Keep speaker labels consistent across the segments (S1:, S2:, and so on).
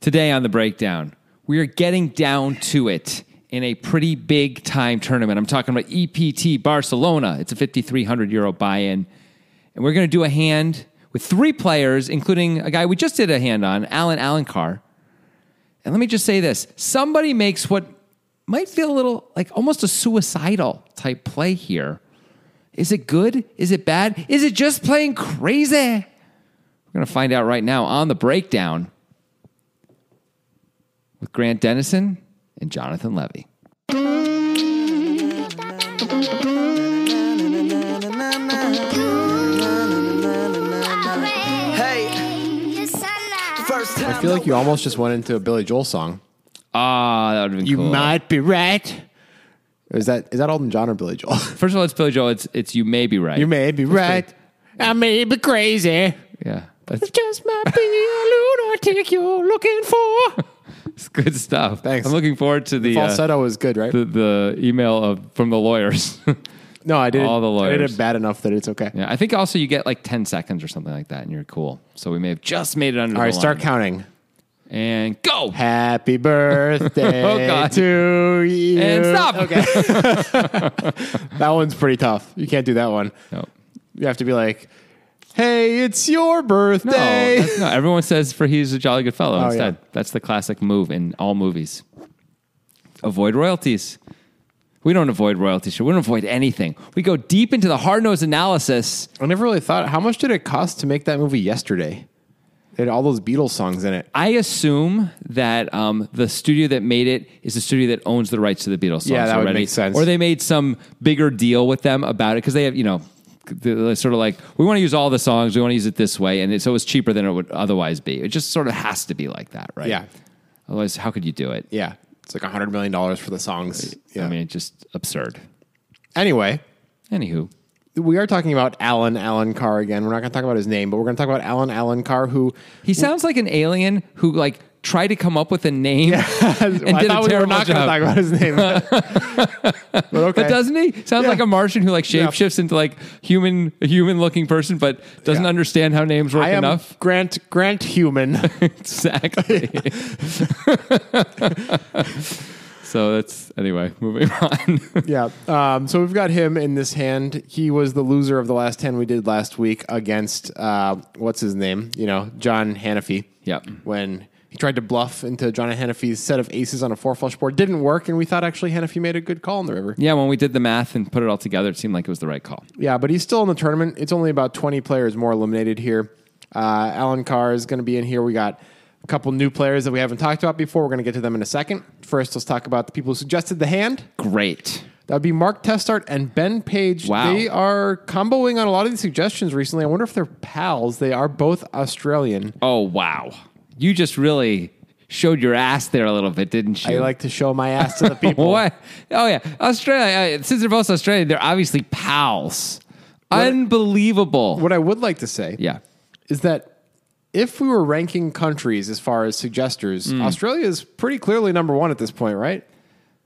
S1: Today on the breakdown, we are getting down to it in a pretty big time tournament. I'm talking about EPT Barcelona. It's a 5,300 euro buy in. And we're going to do a hand with three players, including a guy we just did a hand on, Alan Alencar. And let me just say this somebody makes what might feel a little like almost a suicidal type play here. Is it good? Is it bad? Is it just playing crazy? We're going to find out right now on the breakdown with Grant Dennison and Jonathan Levy.
S2: First
S3: I feel like you almost just went into a Billy Joel song.
S1: Ah, that would have been cool.
S3: be right. Is that is that Alden John or Billy Joel?
S1: First of all, it's Billy Joel. It's it's you may be right.
S3: may be right. I may be crazy.
S1: yeah, that's
S3: Just might be a lunatic you're looking for.
S1: it's good stuff.
S3: Thanks.
S1: I'm looking forward to the uh,
S3: Falsetto was good, right?
S1: the, the email of from the lawyers.
S3: no, I did.
S1: all the
S3: I did
S1: lawyers.
S3: it bad enough that it's okay.
S1: yeah, I think also you get like 10 seconds or something like that, and you're cool. So we may have just made it under.
S3: All
S1: the
S3: right, start
S1: line.
S3: counting.
S1: and go.
S3: Happy birthday
S1: Oh, God.
S3: to you.
S1: And stop.
S3: Okay. that one's pretty tough. You can't do that one.
S1: No,
S3: You have to be like, hey, it's your
S1: no,
S3: birthday.
S1: Oh, that's- no. Everyone says for he's a jolly good fellow.
S3: Oh,
S1: instead,
S3: yeah.
S1: that's the classic move in all movies. Avoid royalties. We don't avoid royalties. We don't avoid anything. We go deep into the hard nosed analysis.
S3: I never really thought how much did it cost to make that movie yesterday? They had all those Beatles songs in it.
S1: I assume that um, the studio that made it is the studio that owns the rights to the Beatles songs.
S3: Yeah, that would
S1: already.
S3: make sense.
S1: Or they made some bigger deal with them about it because they have, you know, they're sort of like we want to use all the songs, we want to use it this way, and it, so it's cheaper than it would otherwise be. It just sort of has to be like that, right?
S3: Yeah.
S1: Otherwise, how could you do it?
S3: Yeah. It's like $100 million for the songs. Yeah.
S1: I mean, it's just absurd.
S3: anyway,
S1: Anywho,
S3: we are talking about Alan Alan Carr again. We're not going to talk about his name, but we're going to talk about Alan Alan Carr, who
S1: he sounds like an alien who like tried to come up with a name and
S3: Well, I
S1: did a terrible
S3: thought we were not going to
S1: job.
S3: talk about his name. but okay.
S1: But doesn't he? Sounds
S3: Yeah.
S1: like a Martian who like shapeshifts into like human a human looking person, but doesn't
S3: Yeah.
S1: understand how names work
S3: I am
S1: enough.
S3: Grant Grant Human.
S1: exactly. so that's anyway, moving on.
S3: yeah. Um, so we've got him in this hand. He was the loser of the last 10 we did last week against, uh, what's his name? You know, John Hanafy.
S1: Yep.
S3: When he tried to bluff into John Hanafy's set of aces on a four flush board. Didn't work, and we thought actually Hanafy made a good call in the river.
S1: yeah, when we did the math and put it all together, it seemed like it was the right call.
S3: Yeah, but he's still in the tournament. It's only about 20 players more eliminated here. Uh, Alan Carr is going to be in here. We got a couple new players that we haven't talked about before. We're going to get to them in a second. First, let's talk about the people who suggested the hand.
S1: Great.
S3: That would be Mark Testart and Ben Page.
S1: Wow.
S3: They are comboing on a lot of these suggestions recently. I wonder if they're pals. They are both Australian.
S1: Oh wow. You just really showed your ass there a little bit, didn't you?
S3: I like to show my ass to the people.
S1: What? Oh yeah, Australia. Uh, since they're both Australian, they're obviously pals. Unbelievable.
S3: What I would like to say
S1: yeah.
S3: is that if we were ranking countries as far as suggesters,
S1: Mm.
S3: Australia is pretty clearly number one at this point, right?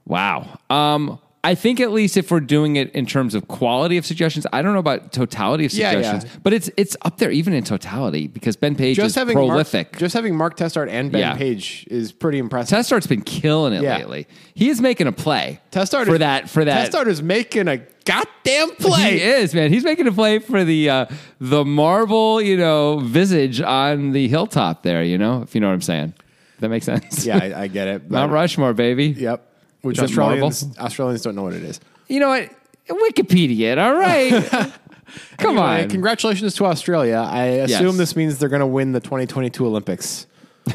S1: Wow. Um, I think at least if we're doing it in terms of quality of suggestions, I don't know about totality of
S3: Yeah,
S1: suggestions,
S3: yeah.
S1: but it's it's up there even in totality because Ben Page is
S3: just having
S1: prolific.
S3: Mark, just having Mark Testart and Ben
S1: Yeah.
S3: Page is pretty impressive.
S1: Testart's been killing it
S3: Yeah.
S1: lately. He is making a play.
S3: Testart
S1: for
S3: is,
S1: that for that
S3: Testart is making a goddamn play.
S1: He is man. He's making a play for the uh, the marble you know visage on the hilltop there. You know if you know what I'm saying. That makes sense.
S3: Yeah, I, I get it.
S1: Mount Rushmore, baby.
S3: Yep. Which
S1: Is it marble?
S3: Australians Australians don't know what it is.
S1: You know what? Wikipedia. it, All right. Come
S3: Anyway,
S1: on.
S3: Congratulations to Australia. I assume
S1: Yes.
S3: this means they're going to win the 2022 Olympics.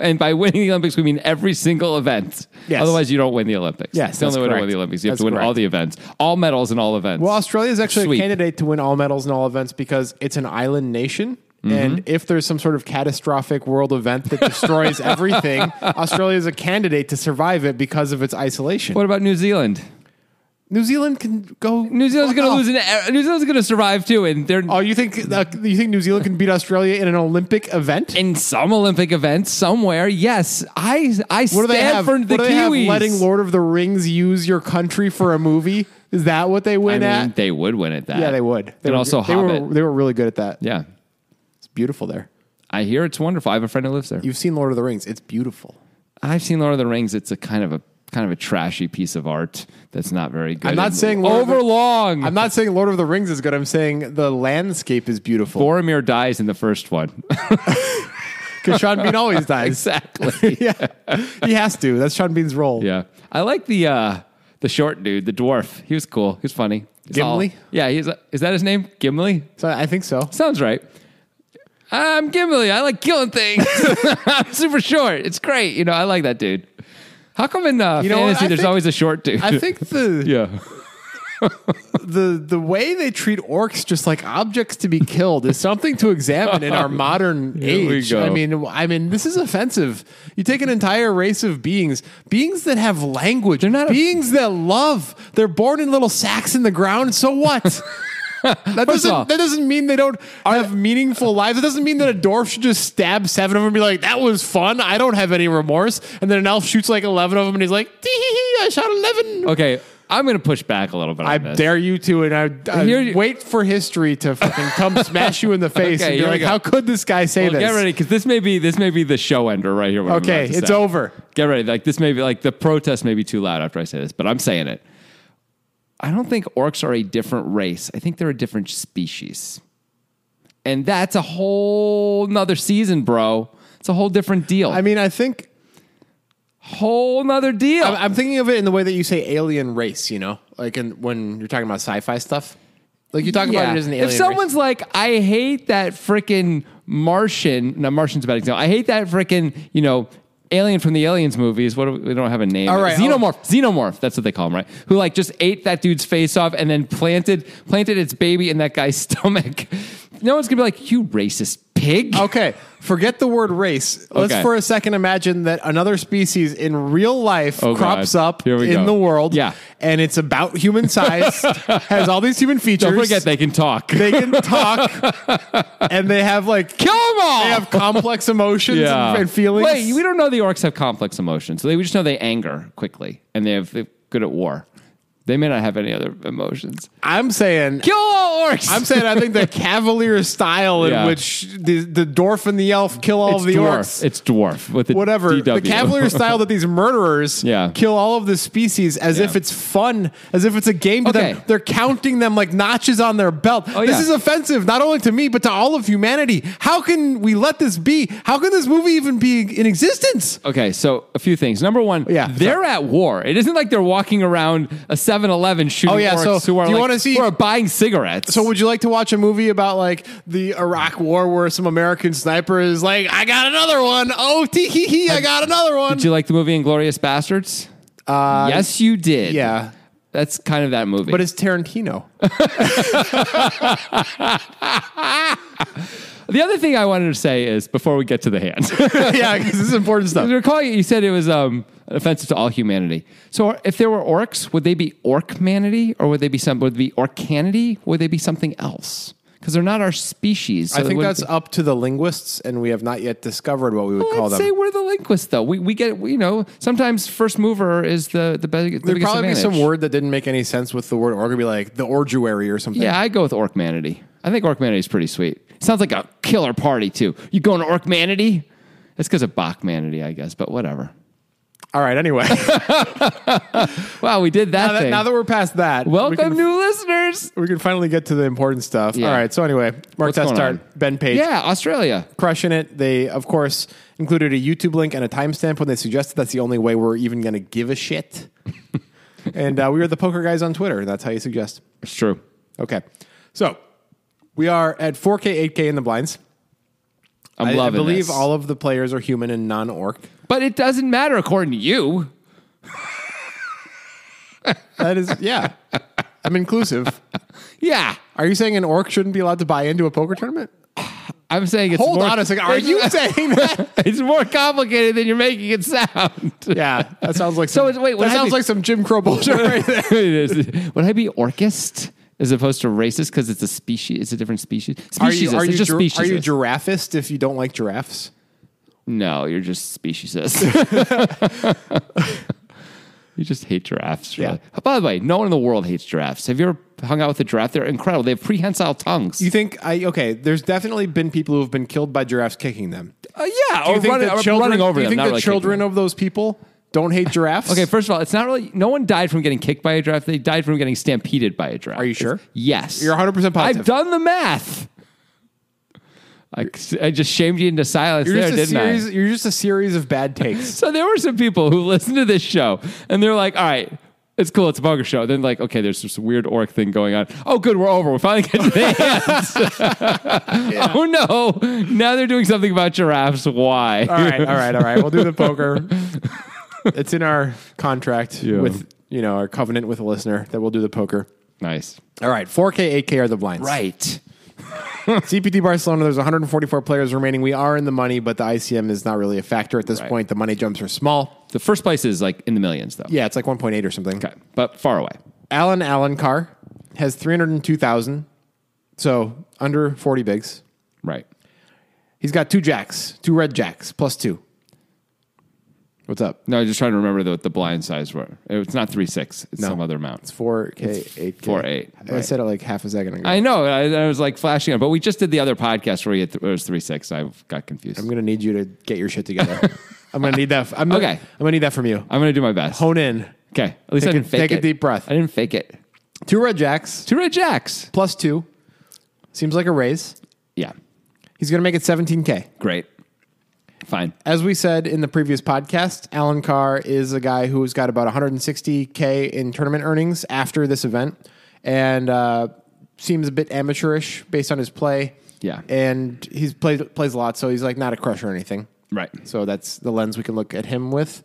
S1: and by winning the Olympics, we mean every single event.
S3: Yes.
S1: Otherwise, you don't win the Olympics.
S3: Yes,
S1: it's the only way
S3: that's
S1: to win
S3: correct.
S1: the Olympics. You have
S3: That's
S1: to win all
S3: correct.
S1: the events, all medals in all events.
S3: Well, Australia is actually
S1: Sweet.
S3: a candidate to win all medals in all events because it's an island nation.
S1: Mm-hmm.
S3: And if there's some sort of catastrophic world event that destroys everything, Australia is a candidate to survive it because of its isolation.
S1: what about New Zealand?
S3: New Zealand can go.
S1: New Zealand's
S3: fuck
S1: going to
S3: off.
S1: lose. An, uh, New Zealand's going to survive too, and they're
S3: Oh, you think uh, you think New Zealand can beat Australia in an Olympic event?
S1: in some Olympic event somewhere. Yes, I I
S3: what
S1: stand
S3: do they have?
S1: for
S3: what
S1: the
S3: do they have?
S1: Kiwis.
S3: Letting Lord of the Rings use your country for a movie? Is that what they
S1: I
S3: win
S1: mean,
S3: at?
S1: they would win at that.
S3: yeah, they would. They
S1: and
S3: were,
S1: also
S3: they
S1: Hobbit.
S3: were they were really good at that.
S1: yeah,
S3: It's beautiful there.
S1: I hear it's wonderful. I have a friend who lives there.
S3: You've seen Lord of the Rings. It's beautiful.
S1: I've seen Lord of the Rings. It's a kind of a kind of a trashy piece of art that's not very good.
S3: I'm not
S1: and
S3: saying Lord of the-
S1: overlong.
S3: I'm not saying Lord of the Rings is good. I'm saying the landscape is beautiful.
S1: Boromir dies in the first one.
S3: Because Sean Bean always dies.
S1: exactly.
S3: yeah. He has to. That's Sean Bean's role.
S1: yeah. I like the uh the short dude, the dwarf. He was cool. He was funny. He's all-
S3: Gimli?
S1: yeah, he's is that his name? Gimli?
S3: So I think so.
S1: Sounds right. I'm Gimli. I like killing things. I'm super short. It's great. You know, I like that dude. How come in uh,
S3: You know what?
S1: fantasy
S3: I
S1: there's
S3: think-
S1: always a short dude?
S3: I think the
S1: yeah.
S3: the the way they treat orcs just like objects to be killed is something to examine in our modern
S1: Here we
S3: age.
S1: go.
S3: I mean, I mean, this is offensive. You take an entire race of beings, beings that have language, they're
S1: not a-
S3: beings that love. They're born in little sacks in the ground. So what? That doesn't,
S1: all-
S3: that doesn't mean they don't have meaningful lives. That doesn't mean that a dwarf should just stab seven of them and be like, that was fun. I don't have any remorse. And then an elf shoots like 11 of them and he's like, tee hee hee, I shot 11.
S1: Okay. I'm going to push back a little bit.
S3: I
S1: on this.
S3: dare you to, and I, I
S1: Here you-
S3: wait for history to fucking come smash you in the face
S1: Okay,
S3: and
S1: here we
S3: be like,
S1: go.
S3: "How could this guy say
S1: Well,
S3: this?"
S1: get ready because this may be this may be the show ender right here. what I'm
S3: Okay,
S1: about to
S3: it's
S1: say.
S3: over.
S1: Get ready. Like this may be like the protest may be too loud after I say this, but I'm saying it. I don't think orcs are a different race. I think they're a different species, and that's a whole nother season, bro. It's a whole different deal.
S3: I mean, I think
S1: whole nother deal.
S3: I'm, I'm thinking of it in the way that you say alien race. You know, like in, when you're talking about sci-fi stuff, like you talk about it as an alien.
S1: If someone's like, I hate that freaking Martian, no, Martian's a bad example. I hate that freaking, you know, alien from the Aliens movies. What do we, we don't have a name.
S3: All right,
S1: Xenomorph. Xenomorph. That's what they call him, right? Who like just ate that dude's face off and then planted planted its baby in that guy's stomach. No one's gonna be like, you racist pig.
S3: race. okay, forget the word race. Let's
S1: Okay.
S3: for a second imagine that another species in real life
S1: Oh, God.
S3: crops up
S1: Here we go.
S3: in the world,
S1: Yeah.
S3: and it's about human size, has all these human features.
S1: Don't forget they can talk.
S3: they can talk, and they have like
S1: Kill them all.
S3: they have complex emotions and, and feelings.
S1: Wait, we don't know the orcs have complex emotions. They, we just know they anger quickly and they have, they're good at war. They may not have any other emotions.
S3: I'm saying.
S1: Kill all orcs.
S3: I'm saying I think the cavalier style in
S1: Yeah.
S3: which the the dwarf and the elf kill all
S1: it's
S3: of the
S1: dwarf.
S3: orcs,
S1: It's dwarf with the
S3: whatever. The
S1: DW.
S3: cavalier style that these murderers
S1: Yeah.
S3: kill all of the species as
S1: Yeah.
S3: if it's fun, as if it's a game to
S1: Okay.
S3: them. They're counting them like notches on their belt.
S1: Oh,
S3: this
S1: yeah.
S3: is offensive, not only to me but to all of humanity. How can we let this be? How can this movie even be in existence?
S1: Okay, so a few things. Number one,
S3: Yeah,
S1: they're at war. It isn't like they're walking around a 7-Eleven shooting
S3: Oh, yeah,
S1: orcs
S3: so
S1: who are
S3: do you
S1: like-
S3: wanna see-
S1: who are buying cigarettes.
S3: So would you like to watch a movie about like the Iraq War where some American sniper is like, I got another one. Oh, tee hee hee, I got another one.
S1: did you like the movie Inglorious Bastards? Uh, yes, you did.
S3: yeah.
S1: that's kind of that movie.
S3: But it's Tarantino.
S1: the other thing I wanted to say is before we get to the hand.
S3: yeah, because this is important
S1: If
S3: stuff.
S1: you recall you said it was um, offensive to all humanity. So if there were orcs, would they be orcmanity or would they be some would they be orcanity? Would they be something else? Because they're not our species. so
S3: I
S1: they
S3: think
S1: wouldn't
S3: that's
S1: be-
S3: up to the linguists, and we have not yet discovered what we would call
S1: Let's
S3: them.
S1: say we're the linguists, though. We, we get we, you know sometimes first mover is the the, be- the
S3: There'd
S1: biggest
S3: probably be
S1: advantage.
S3: some word that didn't make any sense with the word org. It'd be like the orguary or something.
S1: Yeah, I go with orcmanity. I think orcmanity is pretty sweet. Sounds like a killer party too. You going to orcmanity? That's because of Bachmanity, I guess. But whatever.
S3: All right. Anyway, now,
S1: Wow, we did that
S3: that,
S1: thing.
S3: now that we're past that, we
S1: Welcome,
S3: can,
S1: new listeners.
S3: we can finally get to the important stuff.
S1: Yeah.
S3: All right. So anyway, Mark
S1: What's going
S3: Testart,
S1: on?
S3: Ben Page.
S1: Yeah, Australia.
S3: crushing it. They, of course, included a YouTube link and a timestamp when they suggested that's the only way we're even going to give a shit. and uh, we are the poker guys on Twitter. That's how you suggest.
S1: It's true.
S3: Okay. So we are at 4K, 8K in the blinds.
S1: I'm
S3: I, I
S1: loving
S3: believe
S1: this.
S3: all of the players are human and non orc.
S1: But it doesn't matter according to you.
S3: That is, yeah. I'm inclusive.
S1: Yeah.
S3: Are you saying an orc shouldn't be allowed to buy into a poker tournament?
S1: I'm saying it's
S3: Hold
S1: more,
S3: on a second. Are you saying that?
S1: It's more complicated than you're making it sound.
S3: yeah, that sounds like
S1: So
S3: some,
S1: it's- wait, would
S3: That
S1: I
S3: sounds
S1: be-
S3: like some Jim Crow bullshit right there.
S1: It is. Would I be orcist as opposed to racist because it's a species? It's a different species. Species.
S3: Are you, are you,
S1: just
S3: gir-
S1: species.
S3: are you giraffist if you don't like giraffes?
S1: no, you're just speciesist. You just hate giraffes.
S3: Yeah.
S1: Really. By the way, no one in the world hates giraffes. Have you ever hung out with a giraffe? They're incredible. They have prehensile tongues.
S3: You think I okay? There's definitely been people who have been killed by giraffes kicking them.
S1: Uh, yeah,
S3: Do you
S1: or
S3: think
S1: running,
S3: the
S1: or
S3: children,
S1: running over
S3: do
S1: them.
S3: you think
S1: not
S3: the
S1: really kicking
S3: children
S1: them.
S3: of those people don't hate giraffes?
S1: Okay, first of all, it's not really. No one died from getting kicked by a giraffe. They died from getting stampeded by a giraffe.
S3: Are you sure?
S1: yes.
S3: You're 100% positive.
S1: I've done the math. I, I just shamed you into silence
S3: you're
S1: there,
S3: just a
S1: didn't I?
S3: series. You're just a series of bad takes.
S1: So there were some people who listened to this show and they're like, all right, it's cool, it's a poker show. Then like, okay, there's this weird orc thing going on. Oh, good, we're over. We're finally getting to the hands. Oh no, now they're doing something about giraffes. Why?
S3: all right, all right, all right. We'll do the poker. it's in our contract
S1: Yeah.
S3: with you know our covenant with a listener that we'll do the poker.
S1: Nice.
S3: All right, 4K, 8K are the blinds.
S1: Right.
S3: CPT Barcelona, there's 144 players remaining. We are in the money, but the ICM is not really a factor at this
S1: Right.
S3: point. The money jumps are small.
S1: The first place is like in the millions though.
S3: Yeah, it's like 1.8 or something.
S1: Okay. But far away.
S3: Alan Allen Carr has 302,000, so under 40 bigs.
S1: Right.
S3: He's got two jacks, two red jacks, plus two. What's up?
S1: No, I'm just trying to remember what the blind size were. It's not three six. It's
S3: No.
S1: some other amount.
S3: It's 4K, 8K.
S1: 4K,
S3: I
S1: right.
S3: said it like half a second ago.
S1: I know. I, I was like flashing on, but we just did the other podcast where we had th- it was three six. I got confused.
S3: I'm going to need you to get your shit together. I'm going to need that. I'm
S1: Okay.
S3: Gonna, I'm going to need that from you.
S1: I'm gonna do my best.
S3: Hone in.
S1: Okay. At least
S3: Take
S1: I didn't
S3: a-
S1: fake
S3: take
S1: it.
S3: a deep breath.
S1: I didn't fake it.
S3: Two red jacks,
S1: Two red jacks.
S3: plus two. Seems like a raise.
S1: Yeah.
S3: He's going to make it 17K.
S1: Great. Fine.
S3: As we said in the previous podcast, Alan Carr is a guy who's got about 160K in tournament earnings after this event and uh, seems a bit amateurish based on his play.
S1: Yeah.
S3: And he's played, plays a lot, so he's like not a crush or anything.
S1: Right.
S3: So that's the lens we can look at him with.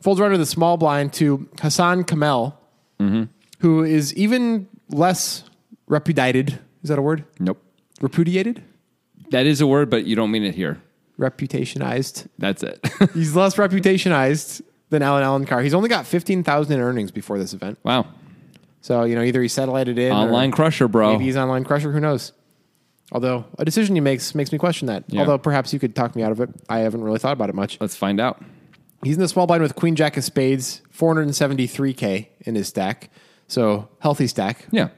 S3: Folds right under the small blind to Hassan Kamel,
S1: Mm-hmm.
S3: who is even less repudiated. Is that a word?
S1: Nope.
S3: Repudiated?
S1: That is a word, but you don't mean it here.
S3: Reputationized.
S1: That's it.
S3: He's less reputationized than Alan Allen Carr. He's only got 15,000 in earnings before this event.
S1: wow.
S3: So, you know, either he satellited in or
S1: Online crusher, bro.
S3: Maybe he's online crusher. Who knows? Although a decision he makes makes me question that.
S1: Yeah.
S3: Although perhaps you could talk me out of it. I haven't really thought about it much.
S1: Let's find out.
S3: He's in the small blind with Queen Jack of Spades, 473K in his stack. So healthy stack,
S1: Yeah. Mm-hmm.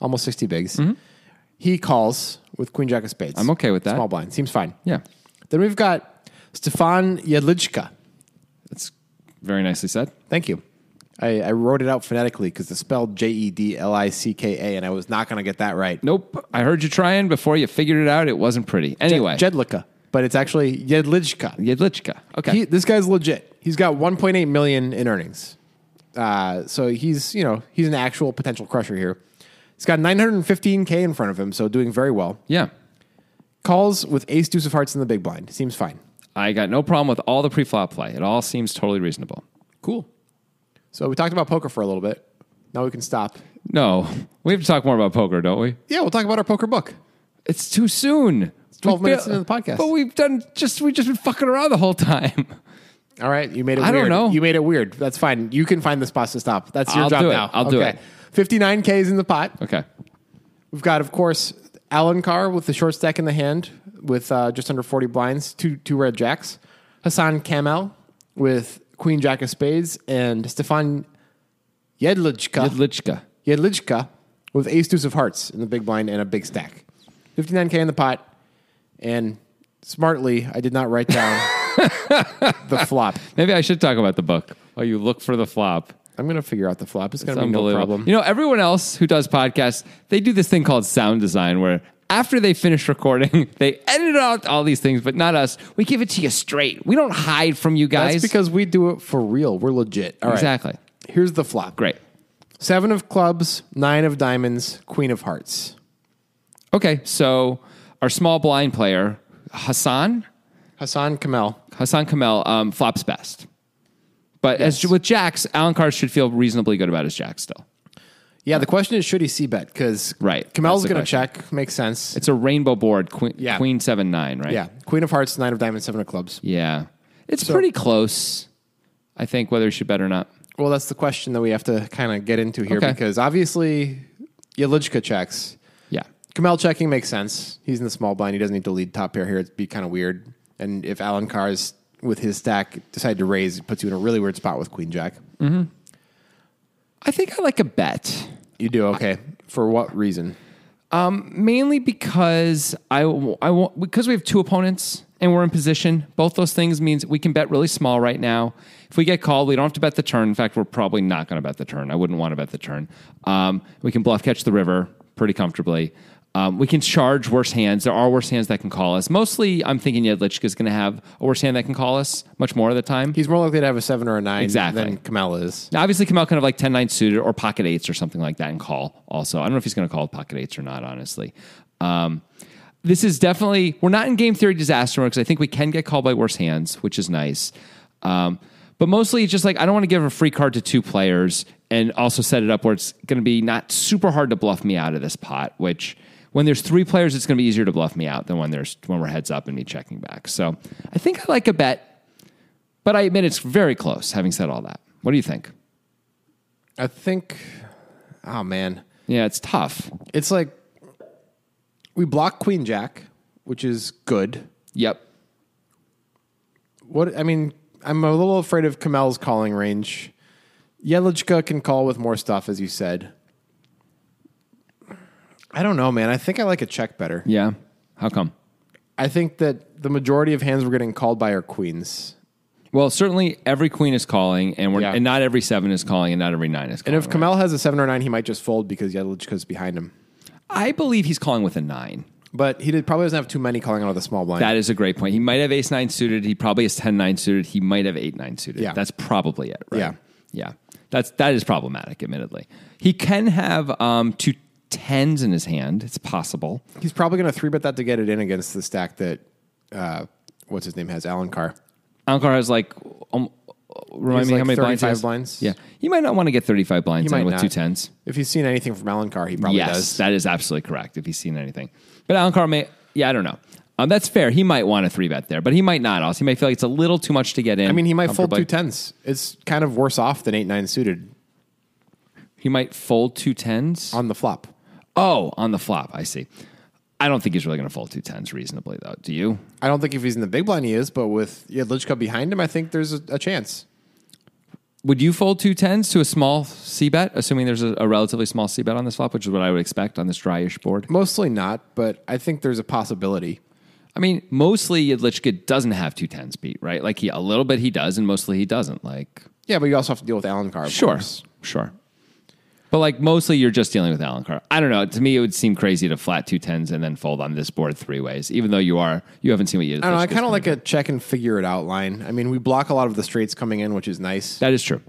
S3: almost 60 bigs. He calls with Queen Jack of Spades.
S1: I'm okay with that.
S3: Small blind. Seems fine.
S1: Yeah.
S3: Then we've got Stefan Yedlichka.
S1: That's very nicely said.
S3: Thank you. I, I wrote it out phonetically because it's spelled J E D L I C K A, and I was not going to get that right.
S1: Nope. I heard you trying before you figured it out. It wasn't pretty. Anyway.
S3: Jedlicka, but it's actually Jedlichka.
S1: Jedlichka. Okay.
S3: He, this guy's legit. He's got 1.8 million in earnings. Uh, so he's you know he's an actual potential crusher here. He's got 915k in front of him, so doing very well.
S1: yeah.
S3: Calls with Ace Deuce of Hearts in the big blind. Seems fine.
S1: I got no problem with all the pre-flop play. It all seems totally reasonable.
S3: Cool. So we talked about poker for a little bit. Now we can stop.
S1: No, we have to talk more about poker, don't we?
S3: Yeah, we'll talk about our poker book.
S1: It's too soon. It's
S3: 12 minutes into the podcast.
S1: But we've done just we've just been fucking around the whole time.
S3: All right, you made it.
S1: I don't
S3: weird.
S1: know.
S3: You made it weird. That's fine. You can find the spots to stop. That's your
S1: I'll
S3: job
S1: do it.
S3: now.
S1: I'll do it.
S3: 59k is in the pot.
S1: Okay.
S3: We've got, of course, Alan Carr with the short stack in the hand with uh, just under 40 blinds, two, two red jacks. Hassan Kamel with queen jack of spades and Stefan
S1: Ah.
S3: Yedlichka,
S1: Lidlichka.
S3: Yedlichka with ace deuce of hearts in the big blind and a big stack. 59K in the pot. And smartly, I did not write down the flop.
S1: Maybe I should talk about the book. Oh, you look for the flop.
S3: I'm going to figure out the flop. It's going
S1: It's
S3: to be no
S1: unbelievable.
S3: problem.
S1: You know, everyone else who does podcasts, they do this thing called sound design where after they finish recording, they edit out all these things, but not us. We give it to you straight. We don't hide from you guys.
S3: That's because we do it for real. We're legit. All right.
S1: Exactly.
S3: Here's the flop.
S1: Great.
S3: Seven of clubs, nine of diamonds, queen of hearts.
S1: Okay, so our small blind player, Hassan,
S3: Hassan Kamel.
S1: Hassan Kamel um, flops best. But as with Jacks, Alan Carr should feel reasonably good about his Jack still.
S3: Yeah, the question is should he see bet? Because
S1: Right.
S3: Kamel's
S1: That's the
S3: going to check. Makes sense.
S1: It's a rainbow board, queen,
S3: Yeah.
S1: queen seven nine, right?
S3: yeah. Queen of hearts, nine of diamonds, seven of clubs.
S1: yeah. It's pretty close, I think, whether he should bet or not.
S3: Well, that's the question that we have to kind of get into here
S1: Okay.
S3: because obviously Yelichka checks.
S1: Yeah,
S3: Kamel checking makes sense. He's in the small blind. He doesn't need to lead top pair here. It'd be kind of weird. And if Alan Carr's with his stack decided to raise, it puts you in a really weird spot with Queen Jack.
S1: I think I like a bet.
S3: You do okay. For what reason?
S1: mainly because I, I won't- because we have two opponents and we're in position. Both those things means we can bet really small right now. If we get called, we don't have to bet the turn. In fact, we're probably not going to bet the turn. I wouldn't want to bet the turn. Um, we can bluff catch the river pretty comfortably. Um, we can charge worse hands. There are worse hands that can call us. Mostly, I'm thinking Yedlichka is going to have a worse hand that can call us much more of the time.
S3: He's more likely to have a seven or a nine
S1: Exactly.
S3: than Kamel is.
S1: Now, obviously, Kamel can have like 10 9 suited or pocket eights or something like that and call also. I don't know if he's going to call with pocket eights or not, honestly. Um, this is definitely, we're not in game theory disaster mode because I think we can get called by worse hands, which is nice. Um, but mostly it's just like, I don't want to give a free card to two players and also set it up where it's going to be not super hard to bluff me out of this pot, which when there's three players, it's going to be easier to bluff me out than when there's when we're heads up and me checking back. So I think I like a bet, but I admit it's very close having said all that. What do you think?
S3: I think. Oh man,
S1: Yeah, it's tough.
S3: it's like we block Queen Jack, which is good.
S1: Yep.
S3: What I mean, I'm a little afraid of Kamel's calling range. Yelichka can call with more stuff, as you said. I don't know, man. I think I like a check better.
S1: Yeah. How come?
S3: I think that the majority of hands we're getting called by are queens.
S1: Well, certainly every queen is calling, and we're
S3: Yeah.
S1: and not every seven is calling, and not every nine is
S3: And
S1: calling.
S3: if Kamel has a seven or nine, he might just fold because Yelichka's behind him.
S1: I believe he's calling with a nine.
S3: But he did, probably doesn't have too many calling out of the small blind.
S1: That is a great point. He might have ace nine suited. He probably has ten nine suited. He might have eight nine suited.
S3: Yeah.
S1: That's probably it. Right?
S3: Yeah.
S1: Yeah. That's that is problematic. Admittedly, he can have um, two tens in his hand. It's possible.
S3: He's probably going to three bet that to get it in against the stack that uh, what's his name has Alan Carr.
S1: Ankar has like. Um, Remind
S3: He's
S1: me
S3: like
S1: how many blinds? he
S3: 35
S1: has?
S3: blinds.
S1: Yeah, he might not want to get thirty-five blinds
S3: He
S1: in
S3: might
S1: with
S3: not.
S1: two tens.
S3: If he's seen anything from Alan Carr, he probably
S1: yes,
S3: does.
S1: that is absolutely correct. If he's seen anything, but Alan Carr may. Yeah, I don't know. Um, that's fair. He might want a three bet there, but he might not. Also, he might feel like it's a little too much to get in.
S3: I mean, he might fold two
S1: comfortably.
S3: tens. It's kind of worse off than eight nine suited
S1: He might fold two tens.
S3: on the flop.
S1: oh, on the flop. I see. I don't think he's really going to fold two tens reasonably, though. Do you?
S3: I don't think if he's in the big blind he is, but with Yedlichka behind him, I think there's a, a chance.
S1: Would you fold two tens to a small c bet, assuming there's a, a relatively small c bet on this flop, which is what I would expect on this dryish board?
S3: Mostly not, but I think there's a possibility.
S1: I mean, mostly Yedlichka doesn't have two tens beat, right? Like he a little bit he does, and mostly he doesn't. Like
S3: Yeah, but you also have to deal with Alan Carr. of
S1: Sure,
S3: course.
S1: sure. But like mostly, you're just dealing with Alan Carr. I don't know. To me, it would seem crazy to flat two tens and then fold on this board three ways. Even though you are, you haven't seen what you.
S3: I don't know. I kind of like a check and figure it out line. I mean, we block a lot of the straights coming in, which is nice.
S1: That is true.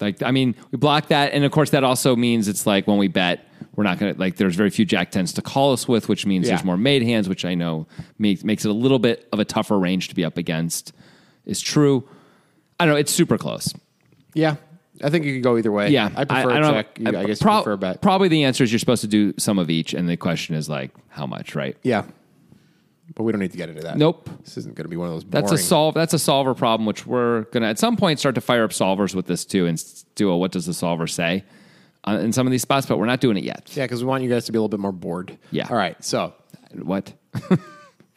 S1: Like I mean, we block that, and of course, that also means it's like when we bet, we're not gonna like. There's very few Jack tens to call us with, which means
S3: Yeah.
S1: there's more made hands, which I know makes makes it a little bit of a tougher range to be up against. Is true. I don't know. It's super close.
S3: Yeah, I think you could go either way.
S1: Yeah,
S3: I prefer
S1: I
S3: a
S1: don't-
S3: check. You- I, guess
S1: prob-
S3: you prefer a bet.
S1: Probably the answer is you're supposed to do some of each, and the question is like how much, right?
S3: yeah, but we don't need to get into that.
S1: Nope.
S3: this isn't going to be one of those.
S1: That's a
S3: boring-
S1: solve. That's a solver problem, which we're gonna at some point start to fire up solvers with this too, and s- do a what does the solver say uh, in some of these spots, but we're not doing it yet.
S3: Yeah, because we want you guys to be a little bit more bored.
S1: Yeah.
S3: All right. So
S1: What?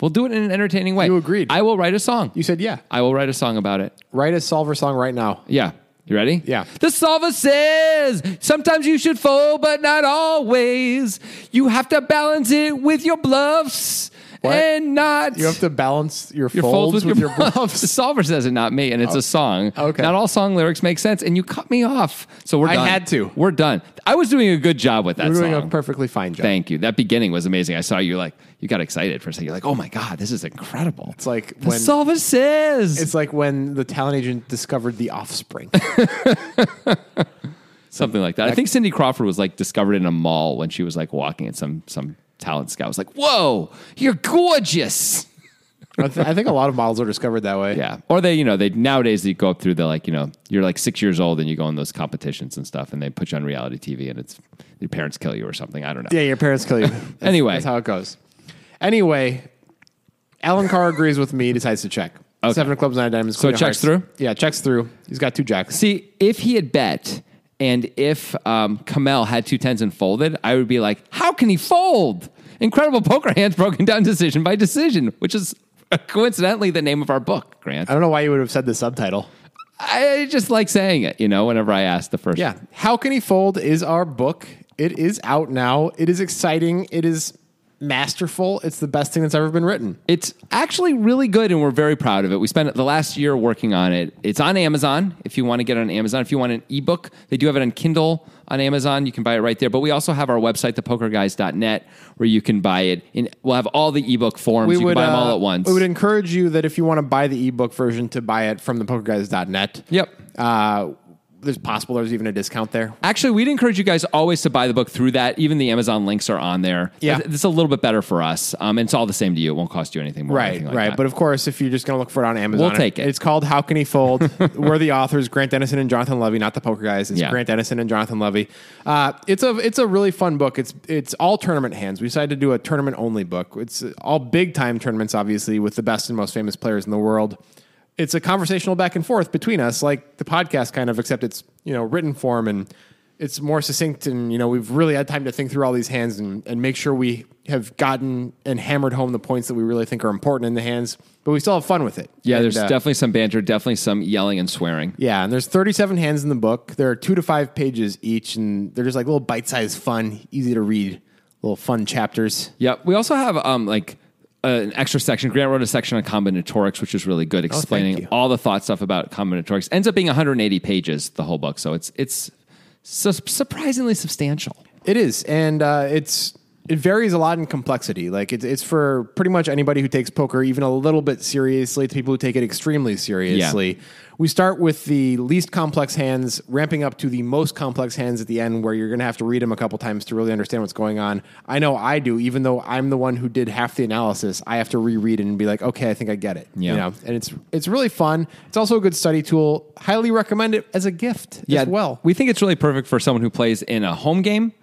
S1: we'll do it in an entertaining way.
S3: You agreed.
S1: I will write a song.
S3: you said yeah.
S1: I will write a song about it.
S3: Write a solver song right now.
S1: Yeah. You ready?
S3: Yeah.
S1: The solver says sometimes you should fold, but not always. You have to balance it with your bluffs
S3: What?
S1: and not
S3: You have to balance your,
S1: your folds,
S3: folds,
S1: with, your, bluffs. The
S3: bluffs.
S1: solver says it, not me, and it's a song.
S3: Okay.
S1: Not all song lyrics make sense, and you cut me off. So we're
S3: I
S1: done.
S3: had to.
S1: We're done. I was doing a good job with that
S3: You're doing
S1: song.
S3: a perfectly fine job.
S1: Thank you. That beginning was amazing. I saw you like you got excited for a second. You're like, oh my god, this is incredible.
S3: It's like
S1: the
S3: when-
S1: solver says
S3: It's like when the talent agent discovered the offspring.
S1: something like that. I think Cindy Crawford was like discovered in a mall when she was like walking, and some some talent scout was like, "Whoa, you're gorgeous."
S3: I, th- I think a lot of models are discovered that way.
S1: Yeah. Or they, you know, they nowadays they go up through the like, you know, you're like six years old and you go on those competitions and stuff, and they put you on reality TV, and it's your parents kill you or something. I don't know.
S3: Yeah, your parents kill you. That's-
S1: Anyway.
S3: that's how it goes. Anyway, Alan Carr agrees with me. Decides to check.
S1: Okay.
S3: Seven of clubs, nine of diamonds. So
S1: checks through?
S3: Yeah, checks through. He's got two jacks.
S1: See, if he had bet and if um, Kamel had two tens and folded, I would be like, how can he fold? Incredible poker hands broken down decision by decision, which is Coincidentally, the name of our book, Grant.
S3: I don't know why you would have said the subtitle.
S1: I just like saying it, you know, whenever I ask the first.
S3: Yeah. How Can He Fold is our book. It is out now. It is exciting. It is masterful. It's the best thing that's ever been written.
S1: It's actually really good, and we're very proud of it. We spent the last year working on it. It's on Amazon if you want to get it on Amazon. If you want an ebook, they do have it on Kindle on Amazon. You can buy it right there. But we also have our website, thepokerguys.net, where you can buy it. In, we'll have all the ebook forms. you can buy them
S3: uh,
S1: all at once.
S3: We would encourage you that if you want to buy the ebook version, to buy it from thepokerguys.net.
S1: Yep.
S3: Uh, there's possible there's even a discount there.
S1: Actually, we'd encourage you guys always to buy the book through that. Even the Amazon links are on there.
S3: Yeah.
S1: It's it's a little bit better for us. Um, and it's all the same to you. It won't cost you anything more. or
S3: Right,
S1: anything like
S3: right.
S1: that.
S3: But of course, if you're just going to look for it on Amazon,
S1: We'll take it.
S3: It's called How Can He Fold? We're the authors, Grant Dennison and Jonathan Levy, not the poker guys. It's
S1: Yeah.
S3: Grant Dennison and Jonathan Levy. Uh, it's a it's a really fun book. It's it's all tournament hands. We decided to do a tournament only book. It's all big time tournaments, obviously, with the best and most famous players in the world. It's a conversational back and forth between us, like the podcast kind of, except it's you know written form and it's more succinct and you know we've really had time to think through all these hands and, and make sure we have gotten and hammered home the points that we really think are important in the hands but we still have fun with it
S1: yeah,
S3: And,
S1: there's
S3: uh,
S1: definitely some banter, definitely some yelling and swearing.
S3: yeah and there's 37 hands in the book there are two to five pages each and they're just like little bite-sized fun easy to read little fun chapters
S1: Yeah, we also have um like uh, an extra section. Grant wrote a section on combinatorics, which is really good, explaining
S3: Oh, you.
S1: all the thought stuff about combinatorics. Ends up being 180 pages, the whole book. So it's it's su- surprisingly substantial.
S3: It is, and uh, it's it varies a lot in complexity. Like it's it's for pretty much anybody who takes poker even a little bit seriously to people who take it extremely seriously. We start with the least complex hands, ramping up to the most complex hands at the end, where you're going to have to read them a couple times to really understand what's going on. I know I do, even though I'm the one who did half the analysis. I have to reread it and be like, okay, I think I get it.
S1: Yeah.
S3: You know, and it's it's really fun. It's also a good study tool. Highly recommend it as a gift as well.
S1: We think it's really perfect for someone who plays in a home game.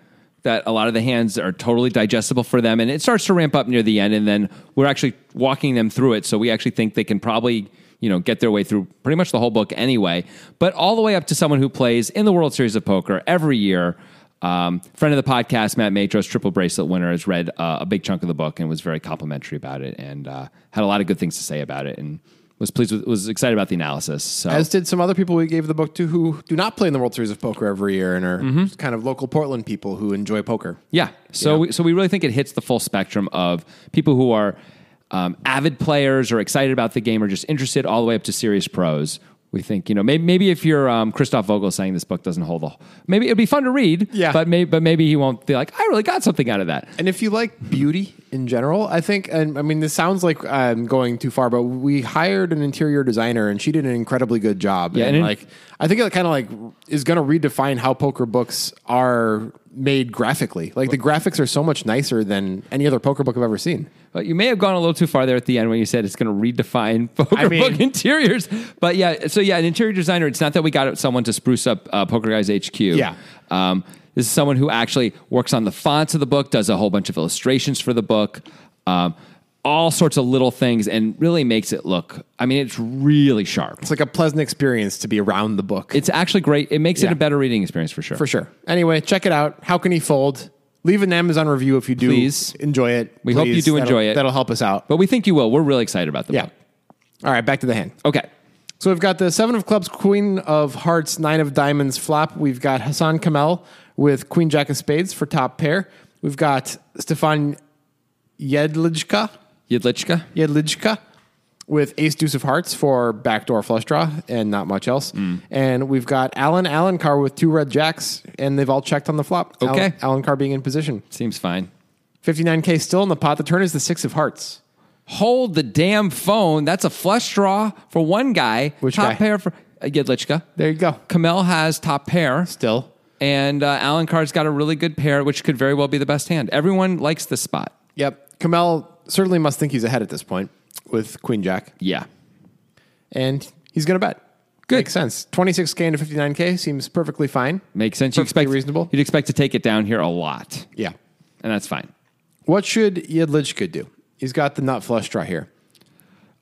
S1: That a lot of the hands are totally digestible for them, and it starts to ramp up near the end, and then we're actually walking them through it. So we actually think they can probably you know get their way through pretty much the whole book anyway. But all the way up to someone who plays in the World Series of Poker every year. Um, friend of the podcast, Matt Matros, triple bracelet winner, has read uh, a big chunk of the book and was very complimentary about it, and uh, had a lot of good things to say about it, and was pleased with, was excited about the analysis. So
S3: As did some other people we gave the book to who do not play in the World Series of Poker every year and are
S1: Mm-hmm.
S3: kind of local Portland people who enjoy poker.
S1: Yeah. So We, so we really think it hits the full spectrum of people who are um, avid players or excited about the game or just interested all the way up to serious pros. We think you know maybe, maybe if you're um, Christoph Vogel saying this book doesn't hold the maybe it'd be fun to read.
S3: Yeah.
S1: But maybe but maybe he won't be like I really got something out of that.
S3: And if you like beauty in general, I think, and I mean, this sounds like I'm going too far, but we hired an interior designer and she did an incredibly good job.
S1: Yeah,
S3: and,
S1: and it-
S3: like, I think it kind of like is going to redefine how poker books are made graphically. Like, the graphics are so much nicer than any other poker book I've ever seen.
S1: But you may have gone a little too far there at the end when you said it's going to redefine poker
S3: I mean-
S1: book interiors. But yeah, so yeah, an interior designer. It's not that we got someone to spruce up uh, Poker Guys HQ.
S3: Yeah.
S1: Um, this is someone who actually works on the fonts of the book, does a whole bunch of illustrations for the book, um, all sorts of little things, and really makes it look. I mean, it's really sharp.
S3: It's like a pleasant experience to be around the book.
S1: It's actually great. It makes it
S3: Yeah.
S1: a better reading experience for sure.
S3: for sure. Anyway, check it out. How can he fold? Leave an Amazon review if you do
S1: Please.
S3: enjoy it.
S1: We hope you
S3: Please.
S1: do
S3: That'll-
S1: enjoy it.
S3: That'll help us out.
S1: But we think you will. We're really excited about the
S3: Yeah.
S1: book.
S3: All right, back to the hand.
S1: Okay.
S3: So we've got the seven of clubs, queen of hearts, nine of diamonds flop. We've got Hassan Kamel with queen jack of spades for top pair. We've got Stefan Yedlijka,
S1: Yedlichka.
S3: Yedlijka with ace deuce of hearts for backdoor flush draw and not much else.
S1: Mm.
S3: And we've got Alan Alencar with two red jacks, and they've all checked on the flop.
S1: Okay.
S3: Alan, Alencar being in position.
S1: Seems fine.
S3: 59K still in the pot. The turn is the six of hearts.
S1: hold the damn phone. That's a flush draw for one guy.
S3: Which
S1: top
S3: guy?
S1: pair for uh, Yedlichka.
S3: There you go.
S1: Kamel has top pair,
S3: Still.
S1: and uh, Alan Card's got a really good pair, which could very well be the best hand. Everyone likes this spot.
S3: Yep. Kamel certainly must think he's ahead at this point with Queen Jack,
S1: Yeah,
S3: and he's going to bet.
S1: Good.
S3: Makes sense. 26K into 59K seems perfectly fine.
S1: makes sense. You
S3: Perfectly
S1: expect
S3: reasonable.
S1: You'd expect to take it down here a lot,
S3: Yeah.
S1: and that's fine.
S3: What should Yedlichka do? He's got the nut flush draw here.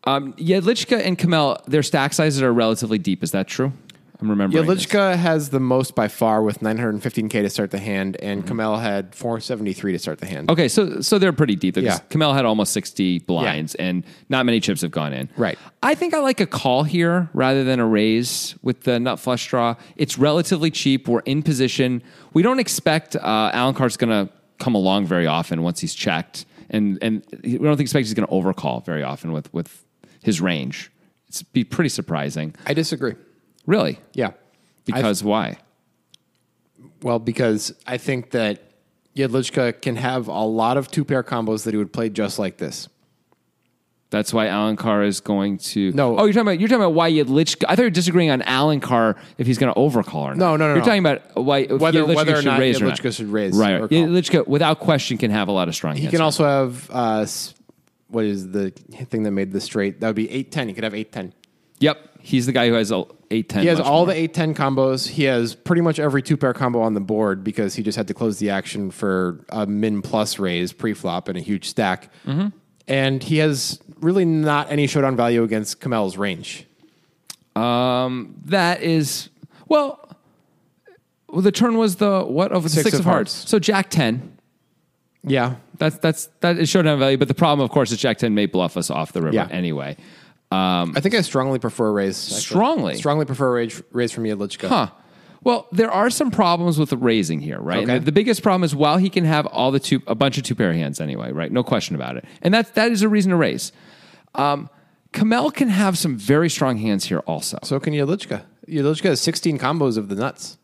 S1: Um, Yedlichka and Kamel, their stack sizes are relatively deep. Is that true? I'm remembering. this.
S3: Yelichka has the most by far with 915K to start the hand, and Kamel had 473 to start the hand.
S1: Okay, so so they're pretty deep. Yeah.
S3: Yeah.
S1: Kamel had almost 60 blinds, and not many chips have gone in.
S3: Right.
S1: I think I like a call here rather than a raise with the nut flush draw. It's relatively cheap. We're in position. We don't expect uh, Alan Carr's going to come along very often once he's checked, and and we don't expect he's going to overcall very often with with his range. It's be pretty surprising,
S3: I disagree.
S1: really,
S3: Yeah.
S1: because why?
S3: Well, because I think that Yedlichka can have a lot of two pair combos that he would play just like this.
S1: That's why Alan Carr is going to.
S3: No.
S1: Oh, you're talking about you're talking about why Yedlich. I thought you were disagreeing on Alan Carr if he's going to overcall or not.
S3: No, no, no,
S1: You're
S3: no.
S1: talking about why if
S3: Whether-
S1: Jedlicka
S3: whether or
S1: should
S3: not
S1: raise or
S3: Jedlicka should raise
S1: Right.
S3: or
S1: right.
S3: call.
S1: Jedlicka, without question, can have a lot of strong.
S3: He can also have uh, s- what is the thing that made the straight? That would be eight ten. He could have eight ten.
S1: Yep. He's the guy who has a eight ten.
S3: He has all the eight ten combos. He has pretty much every two pair combo on the board because he just had to close the action for a min plus raise pre flop and a huge stack.
S1: Mm-hmm.
S3: And he has really not any showdown value against Kamel's range.
S1: That is well. well, the turn was the what of the six, of, hearts. So Jack ten.
S3: Yeah,
S1: That's that's that is showdown value. But the problem, of course, is Jack ten may bluff us off the river
S3: Yeah.
S1: anyway.
S3: I think I strongly prefer a raise. actually.
S1: Strongly?
S3: strongly prefer a raise, raise from Yedlichka.
S1: Huh. Well, there are some problems with the raising here, right?
S3: Okay.
S1: And The biggest problem is while he can have all the two, a bunch of two pair hands anyway, right? No question about it. And that that is a reason to raise. Um, Kamel can have some very strong hands here also.
S3: So can Yedlichka. Yedlichka has sixteen combos of the nuts.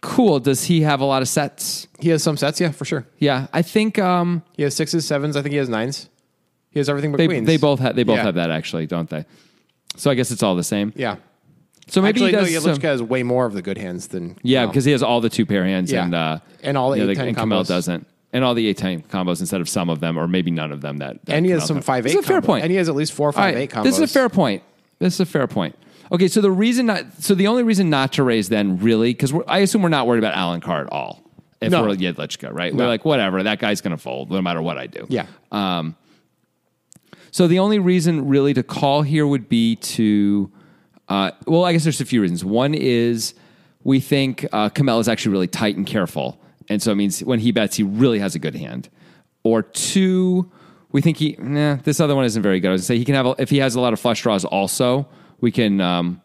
S1: Cool. Does he have a lot of sets?
S3: He has some sets, yeah, for sure.
S1: Yeah, I think um,
S3: He has sixes, sevens. I think he has nines. He has everything but
S1: they
S3: queens.
S1: they both have they both
S3: Yeah.
S1: have that actually, don't they? So I guess it's all the same.
S3: Yeah.
S1: So maybe
S3: Actually,
S1: he does.
S3: no,
S1: some-
S3: Yedlichka has way more of the good hands than
S1: yeah,
S3: Kamel.
S1: because he has all the two pair hands
S3: Yeah.
S1: and uh,
S3: And all the
S1: you know,
S3: 8-10
S1: and Kamel
S3: combos.
S1: doesn't, and all the eight ten combos instead of some of them or maybe none of them that. that
S3: and he has
S1: Kamel
S3: some
S1: have.
S3: five eight.
S1: It's a fair
S3: combo.
S1: point.
S3: And he has at least four
S1: All
S3: five
S1: right,
S3: eight combos.
S1: This is a fair point. This is a fair point. Okay, so the reason not, so the only reason not to raise then really because I assume we're not worried about Alan Carr at all. If
S3: No.
S1: we're Yedlichka, right? We're like whatever that guy's going to fold no matter what I do.
S3: Yeah.
S1: So the only reason really to call here would be to, uh, well, I guess there's a few reasons. One is we think uh, Kamel is actually really tight and careful, and so it means when he bets, he really has a good hand. Or two, we think he, nah, this other one isn't very good. I was gonna say he can have a, if he has a lot of flush draws. Also, we can um,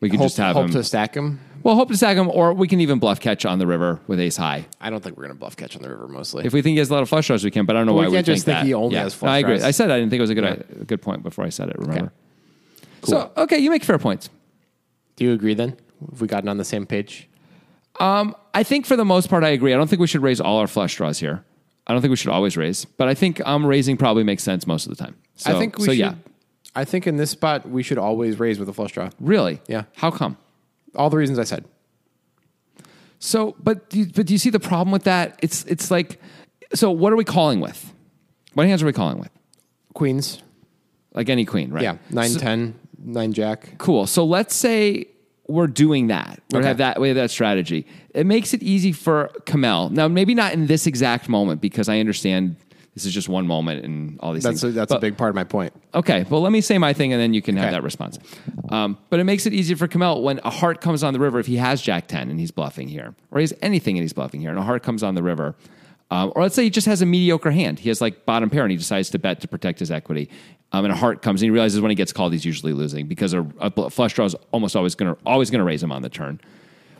S1: we can
S3: hope,
S1: just have
S3: hope
S1: him.
S3: to stack him.
S1: well, hope to stack him, or we can even bluff catch on the river with ace high.
S3: I don't think we're gonna bluff catch on the river mostly.
S1: If we think he has a lot of flush draws, we can. But I don't know
S3: Well, we
S1: why
S3: can't
S1: we
S3: just
S1: think
S3: think
S1: that.
S3: he only has flush
S1: I agree.
S3: draws.
S1: I said I didn't think it was a good a good point before I said it. Remember.
S3: Okay.
S1: So okay, you make fair points.
S3: do you agree then? Have we gotten on the same page?
S1: I think for the most part, I agree. I don't think we should raise all our flush draws here. I don't think we should always raise, but I think um, raising probably makes sense most of the time. So,
S3: I think we
S1: so.
S3: should,
S1: Yeah,
S3: I think in this spot we should always raise with a flush draw.
S1: really.
S3: Yeah.
S1: How come?
S3: All the reasons I said.
S1: So, but do you, but do you see the problem with that? It's it's like, so what are we calling with? What hands are we calling with?
S3: Queens.
S1: Like any queen, right?
S3: Yeah. nine ten, nine jack.
S1: Cool. So let's say we're doing that. We
S3: Okay.
S1: have that we have that strategy. It makes it easy for Kamel. Now, maybe not in this exact moment because I understand this is just one moment and all these
S3: That's a,
S1: things.
S3: that's
S1: But-
S3: a big part of my point.
S1: Okay, well, let me say my thing and then you can have
S3: Okay.
S1: that response. Um, but it makes it easier for Kamel when a heart comes on the river if he has Jack 10 and he's bluffing here, or he has anything and he's bluffing here, and a heart comes on the river. Um, or let's say he just has a mediocre hand. He has like bottom pair and he decides to bet to protect his equity. Um, and a heart comes and he realizes when he gets called, he's usually losing because a, a bl- flush draw is almost always going to always gonna raise him on the turn.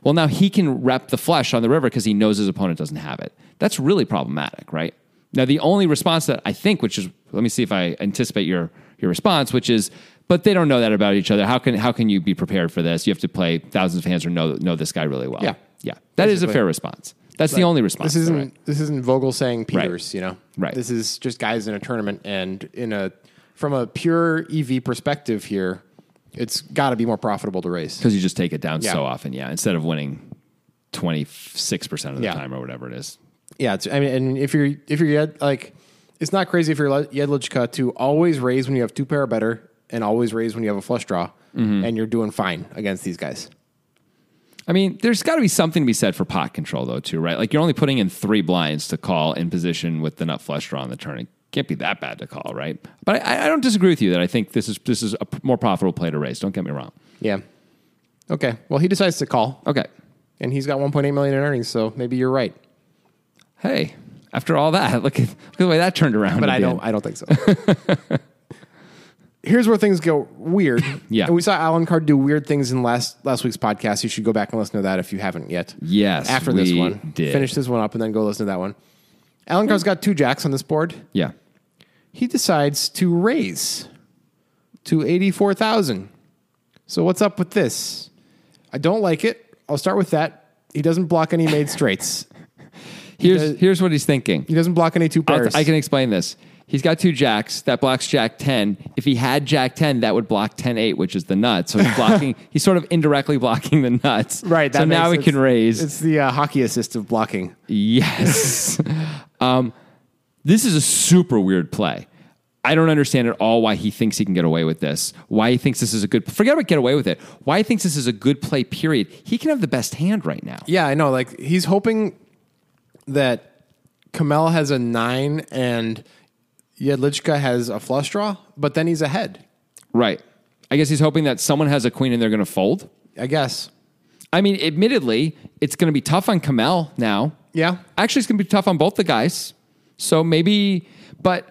S1: Well, now he can rep the flush on the river because he knows his opponent doesn't have it. That's really problematic, right? Now, the only response that I think, which is, let me see if I anticipate your your response, which is, but they don't know that about each other. How can how can you be prepared for this? You have to play thousands of hands or know know this guy really well.
S3: Yeah.
S1: yeah, that is a
S3: Basically.
S1: fair response. That's the only response.
S3: This isn't
S1: though, right?
S3: this isn't Vogel saying Peters, you know.
S1: Right.
S3: This is just guys in a tournament and in a from a pure EV perspective here, it's got to be more profitable to race.
S1: because you just take it down
S3: Yeah.
S1: so often. Yeah, instead of winning twenty six percent of the
S3: Yeah.
S1: time or whatever it is.
S3: Yeah, it's, I mean, and if you're if you're Yed, like, it's not crazy if you're Le- Yedlichka to always raise when you have two pair or better, and always raise when you have a flush draw,
S1: Mm-hmm.
S3: and you're doing fine against these guys.
S1: I mean, there's got to be something to be said for pot control, though, too, right? Like you're only putting in three blinds to call in position with the nut flush draw on the turn. It can't be that bad to call, right? But I, I don't disagree with you that I think this is this is a p- more profitable play to raise. Don't get me wrong.
S3: Yeah, Okay. Well, he decides to call,
S1: Okay.
S3: and he's got 1.8 million in earnings, so maybe you're right.
S1: Hey, after all that, look at, look at the way that turned around.
S3: But
S1: at
S3: I
S1: the
S3: don't.
S1: end.
S3: I don't think so. Here's where things go weird.
S1: Yeah.
S3: And we saw Alan Carr do weird things in last last week's podcast. You should go back and listen to that if you haven't yet.
S1: Yes,
S3: After this
S1: we
S3: one,
S1: did.
S3: finish this one up and then go listen to that one. Alan Carr's got two jacks on this board.
S1: Yeah.
S3: He decides to raise to eighty four thousand. So what's up with this? I don't like it. I'll start with that. He doesn't block any made straights.
S1: Here's,
S3: does-
S1: here's what he's thinking.
S3: He doesn't block any two
S1: I'll-
S3: pairs.
S1: I can explain this. He's got two jacks. That blocks Jack 10. If he had Jack 10, that would block 10 8, which is the nut. So he's blocking, he's sort of indirectly blocking the nuts.
S3: Right.
S1: so
S3: that
S1: now he
S3: makes-
S1: can
S3: it's-
S1: raise.
S3: It's the uh, hockey assist of blocking.
S1: Yes. um, this is a super weird play. I don't understand at all why he thinks he can get away with this. Why he thinks this is a good forget about get away with it. Why he thinks this is a good play. Period. He can have the best hand right now.
S3: Yeah, I know. Like he's hoping that Kamel has a nine and Yedlichka has a flush draw, but then he's ahead.
S1: Right. I guess he's hoping that someone has a queen and they're going to fold.
S3: I guess.
S1: I mean, admittedly, it's going to be tough on Kamel now.
S3: Yeah.
S1: Actually, it's going to be tough on both the guys. So maybe, but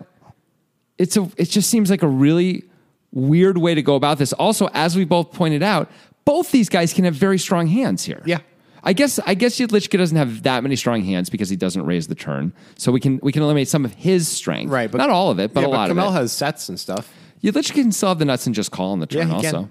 S1: it's a. It just seems like a really weird way to go about this. Also, as we both pointed out, both these guys can have very strong hands here.
S3: Yeah.
S1: I guess I guess Yudlichka doesn't have that many strong hands because he doesn't raise the turn, so we can we can eliminate some of his strength.
S3: Right, but-
S1: not all of it, but
S3: yeah,
S1: a lot
S3: Kamel
S1: of it.
S3: has sets and stuff.
S1: Yudlich can still have the nuts and just call on the turn
S3: Yeah, he can.
S1: also.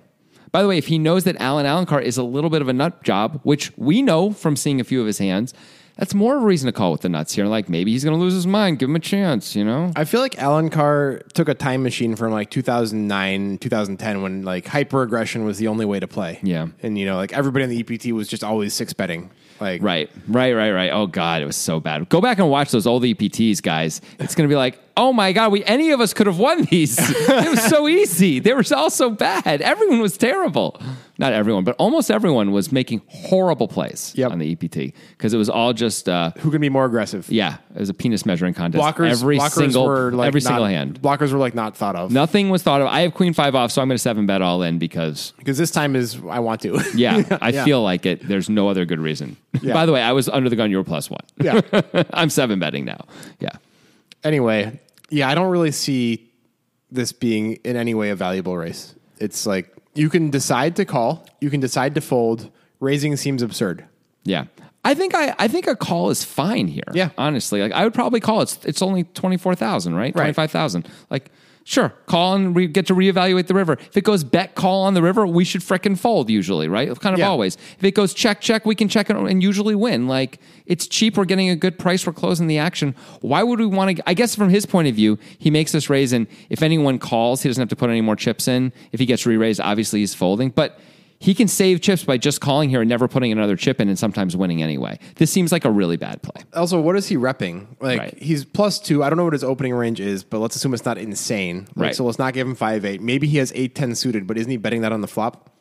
S1: By the way, if he knows that Alan Alencar is a little bit of a nut job, which we know from seeing a few of his hands, that's more of a reason to call with the nuts here. Like maybe he's going to lose his mind. Give him a chance, you know?
S3: I feel like Alan Carr took a time machine from like 2009, 2010, when like hyper aggression was the only way to play.
S1: Yeah.
S3: And, you know, like everybody in the EPT was just always six betting. Like,
S1: Right, right, right, right. Oh God, it was so bad. Go back and watch those old EPTs, guys. It's going to be like, oh my God, we any of us could have won these. it was so easy. They were all so bad. Everyone was terrible. Not everyone, but almost everyone was making horrible plays
S3: Yep.
S1: on the E EPT because it was all just uh,
S3: Who can be more aggressive?
S1: Yeah, it was a penis measuring contest.
S3: Blockers,
S1: every
S3: blockers
S1: single,
S3: were like
S1: every
S3: not-
S1: single hand.
S3: Blockers were like not thought of.
S1: Nothing was thought of. I have queen five off, so I'm going to seven bet all in because
S3: Because this time is I want to.
S1: yeah, I
S3: Yeah.
S1: feel like it. There's no other good reason.
S3: Yeah.
S1: By the way, I was under the gun. You were plus one.
S3: yeah.
S1: I'm seven betting now. Yeah,
S3: Anyway, yeah, I don't really see this being in any way a valuable race. It's like you can decide to call, you can decide to fold. Raising seems absurd.
S1: yeah. I think I, I think a call is fine here.
S3: Yeah.
S1: honestly, like I would probably call. It's it's only twenty four thousand, right?
S3: Right.
S1: Twenty five thousand. Like sure, call and we get to reevaluate the river. If it goes bet call on the river, we should frickin' fold usually, right? Kind of
S3: Yeah.
S1: always. If it goes check, check, we can check it and usually win. Like it's cheap. We're getting a good price. We're closing the action. Why would we want to? I guess from his point of view, he makes us raise. And if anyone calls, he doesn't have to put any more chips in. If he gets re raised, obviously he's folding. But he can save chips by just calling here and never putting another chip in and sometimes winning anyway. This seems like a really bad play.
S3: Also, what is he repping? Like
S1: Right.
S3: he's plus two. I don't know what his opening range is, but let's assume it's not insane. Like,
S1: Right.
S3: So let's not give him five eight. Maybe he has eight ten suited, but isn't he betting that on the flop?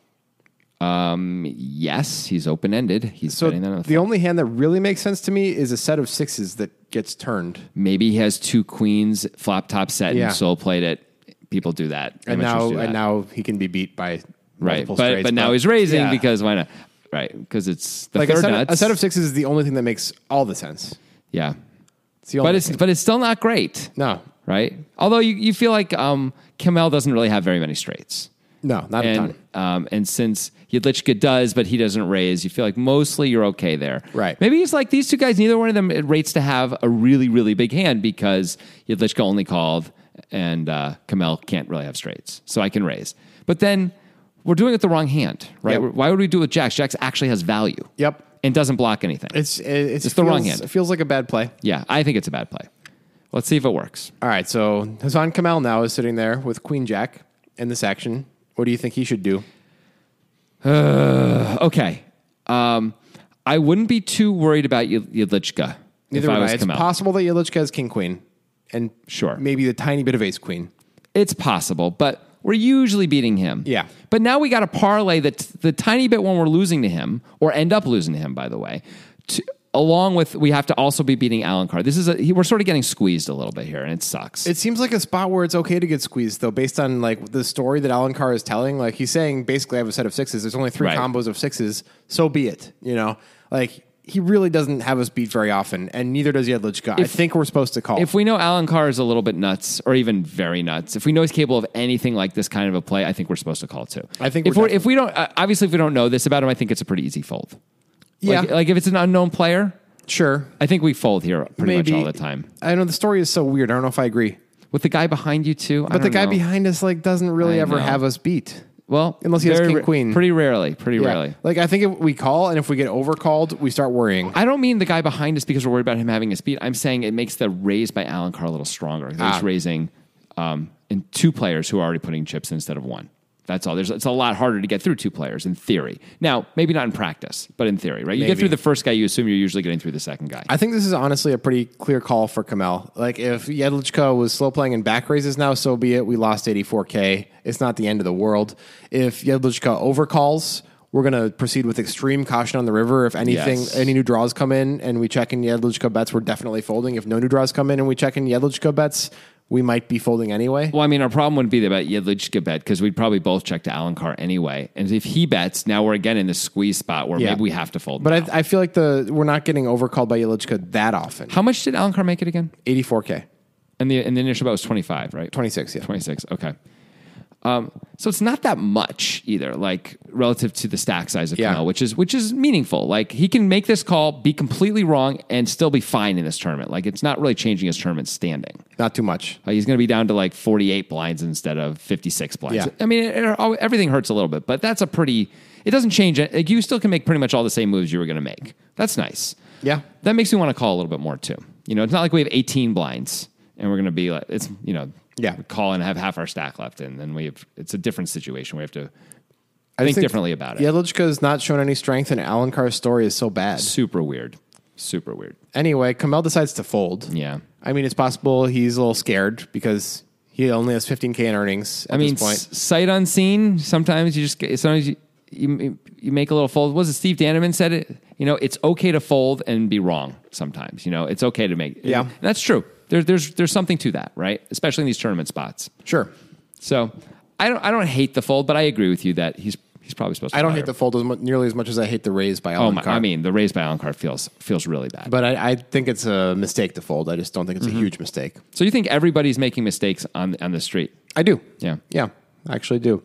S1: Yes, he's open ended. He's
S3: So
S1: betting that on the
S3: the only hand that really makes sense to me is a set of sixes that gets turned.
S1: Maybe he has two queens, flop top set,
S3: Yeah.
S1: and soul played it. People do that.
S3: And
S1: Amateurs
S3: now
S1: do
S3: and
S1: that.
S3: now he can be beat by
S1: right.
S3: multiple
S1: But,
S3: straights,
S1: but now he's raising
S3: Yeah.
S1: because why not? Right. Because it's the
S3: like a
S1: third
S3: set, of,
S1: nuts.
S3: a set of sixes is the only thing that makes all the sense.
S1: yeah.
S3: It's the only
S1: But it's,
S3: thing.
S1: but it's still not great.
S3: no,
S1: Right. Although you, you feel like um, Kamel doesn't really have very many straights.
S3: no, not a
S1: And,
S3: ton.
S1: um, and since Yudlichka does, but he doesn't raise, you feel like mostly you're okay there.
S3: Right.
S1: Maybe it's like these two guys, neither one of them rates to have a really, really big hand because Yudlichka only called and uh, Kamel can't really have straights. So I can raise. But then we're doing it the wrong hand, right?
S3: Yep.
S1: We're- Why would we do it with Jacks? Jacks actually has value.
S3: Yep.
S1: And doesn't block anything.
S3: It's it, it's,
S1: It's the wrong
S3: feels-
S1: hand.
S3: It feels like a bad play.
S1: yeah, I think it's a bad play. Let's see if it works.
S3: All right, so Hassan Kamel now is sitting there with Queen Jack in this action. What do you think he should do?
S1: Uh, Okay. Um, I wouldn't be too worried about Yud- Yudlichka.
S3: Neither
S1: if I
S3: would
S1: was
S3: I. It's
S1: Kamel.
S3: possible that Yelichka has King Queen, and
S1: Sure.
S3: maybe the tiny bit of Ace Queen.
S1: It's possible, but we're usually beating him.
S3: Yeah.
S1: But now we got to parlay the, the tiny bit when we're losing to him, or end up losing to him, by the way, to, along with we have to also be beating Alan Carr. This is a, he- we're sort of getting squeezed a little bit here, and it sucks.
S3: It seems like a spot where it's okay to get squeezed, though, based on like the story that Alan Carr is telling. Like he's saying, basically, I have a set of sixes. There's only three
S1: Right.
S3: combos of sixes. So be it. You know, like he really doesn't have us beat very often, and neither does Yedlichka. I
S1: If-
S3: think we're supposed to call.
S1: if we know Alan Carr is a little bit nuts, or even very nuts, if we know he's capable of anything like this kind of a play, I think we're supposed to call too.
S3: I think
S1: if
S3: we're
S1: we're, if we don't, uh, obviously, if we don't know this about him, I think it's a pretty easy fold.
S3: yeah,
S1: like, like if it's an unknown player,
S3: sure.
S1: I think we fold here pretty
S3: Maybe
S1: much all the time.
S3: I know the story is so weird. I don't know if I agree,
S1: With the guy behind you too,
S3: but the guy behind us like doesn't really
S1: I
S3: ever
S1: know.
S3: have us beat.
S1: well,
S3: unless he has
S1: very
S3: king,
S1: ra-
S3: queen.
S1: pretty rarely, pretty rarely.
S3: Like I think if we call, and if we get overcalled, we start worrying.
S1: I don't mean the guy behind us because we're worried about him having his beat. I'm saying it makes the raise by Alan Carr a little stronger. He's
S3: Ah.
S1: raising um, in two players who are already putting chips instead of one. That's all. There's, it's a lot harder to get through two players in theory. Now, maybe not in practice, but in theory, right? You get
S3: Maybe.
S1: through the first guy, you assume you're usually getting through the second guy.
S3: I think this is honestly a pretty clear call for Kamel. Like if Yedlichko was slow playing in back raises now, so be it. We lost 84k. It's not the end of the world. If Yedlichka overcalls, we're gonna proceed with extreme caution on the river. If anything,
S1: Yes.
S3: any new draws come in and we check in Yedlichko bets, we're definitely folding. If no new draws come in and we check in Yedlichko bets, we might be folding anyway.
S1: Well, I mean, our problem would be about Yedlichka bet because we'd probably both check to Alan Carr anyway. And if he bets, now we're again in this squeeze spot where
S3: Yeah.
S1: maybe we have to fold.
S3: But
S1: now.
S3: I, I feel like the we're not getting overcalled by Yedlichko that often.
S1: how much did Alan Carr make it again?
S3: 84k,
S1: And the and the initial bet was twenty five, right?
S3: 26. Yeah.
S1: 26 okay um, so it's not that much either like relative to the stack size of
S3: Yeah.
S1: Kamel, which is which is meaningful like he can make this call be completely wrong and still be fine in this tournament like it's not really changing his tournament standing
S3: Not too much.
S1: like, he's going to be down to like 48 blinds instead of 56 blinds
S3: Yeah.
S1: i mean it, it- everything hurts a little bit but that's a pretty it doesn't change it like, you still can make pretty much all the same moves you were going to make that's nice
S3: Yeah.
S1: that makes me want to call a little bit more too. You know, it's not like we have 18 blinds and we're going to be like, it's, you know,
S3: Yeah.
S1: we call and have half our stack left. And then we have, it's a different situation. We have to
S3: I
S1: think,
S3: just
S1: differently about it.
S3: Yedlichka has not shown any strength, and Alan Carr's story is so bad.
S1: Super weird. Super weird.
S3: Anyway, Kamel decides to fold.
S1: Yeah.
S3: I mean, it's possible he's a little scared because he only has 15K in earnings at
S1: I mean,
S3: this point.
S1: s- sight unseen, sometimes you just get, sometimes you, you, you make a little fold. Was it Steve Daneman said it? You know, it's okay to fold and be wrong sometimes. You know, it's okay to make.
S3: Yeah.
S1: And that's true. There, there's, there's something to that, right? Especially in these tournament spots.
S3: Sure.
S1: So I don't I don't hate the fold, but I agree with you that he's he's probably supposed to
S3: I don't
S1: fire.
S3: hate the fold as mu- nearly as much as I hate the raise by
S1: Oh
S3: Alan
S1: my,
S3: Carr.
S1: I mean, the raise by Alan Carr feels feels really bad.
S3: but I, I think it's a mistake to fold. I just don't think it's
S1: Mm-hmm.
S3: a huge mistake.
S1: so you think everybody's making mistakes on on the street?
S3: I do.
S1: Yeah.
S3: Yeah, I actually do.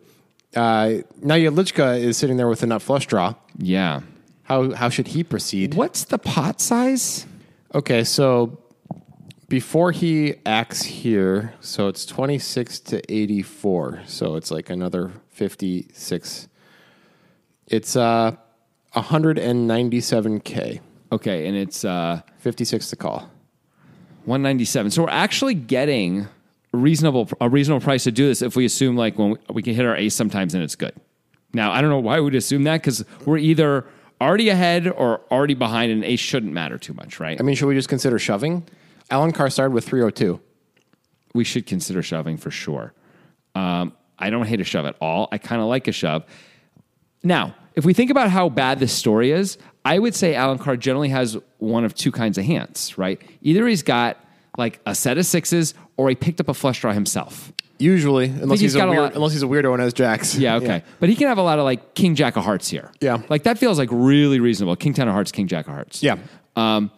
S3: Uh, now Yedlichka is sitting there with a nut flush draw.
S1: Yeah.
S3: How, how should he proceed?
S1: What's the pot size?
S3: Okay, so before he acts here, so it's 26 to 84. So it's like another 56. It's uh 197k.
S1: Okay, and it's uh
S3: 56 to call.
S1: 197. So we're actually getting a reasonable a reasonable price to do this if we assume like when we, we can hit our ace sometimes and it's good. Now I don't know why we'd assume that because we're either already ahead or already behind, and an ace shouldn't matter too much, right?
S3: I mean, should we just consider shoving? Alan Carr started with 302.
S1: we should consider shoving for sure. Um, I don't hate a shove at all. I kind of like a shove. Now, if we think about how bad this story is, I would say Alan Carr generally has one of two kinds of hands, right? Either he's got like a set of sixes or he picked up a flush draw himself.
S3: Usually, unless
S1: he's
S3: he's, a
S1: got a
S3: weird,
S1: lot-
S3: unless he's a weirdo and has jacks.
S1: Yeah, okay. But he can have a lot of like king jack of hearts here.
S3: Yeah.
S1: Like that feels like really reasonable. King 10 of hearts, king jack of hearts.
S3: Yeah.
S1: Um,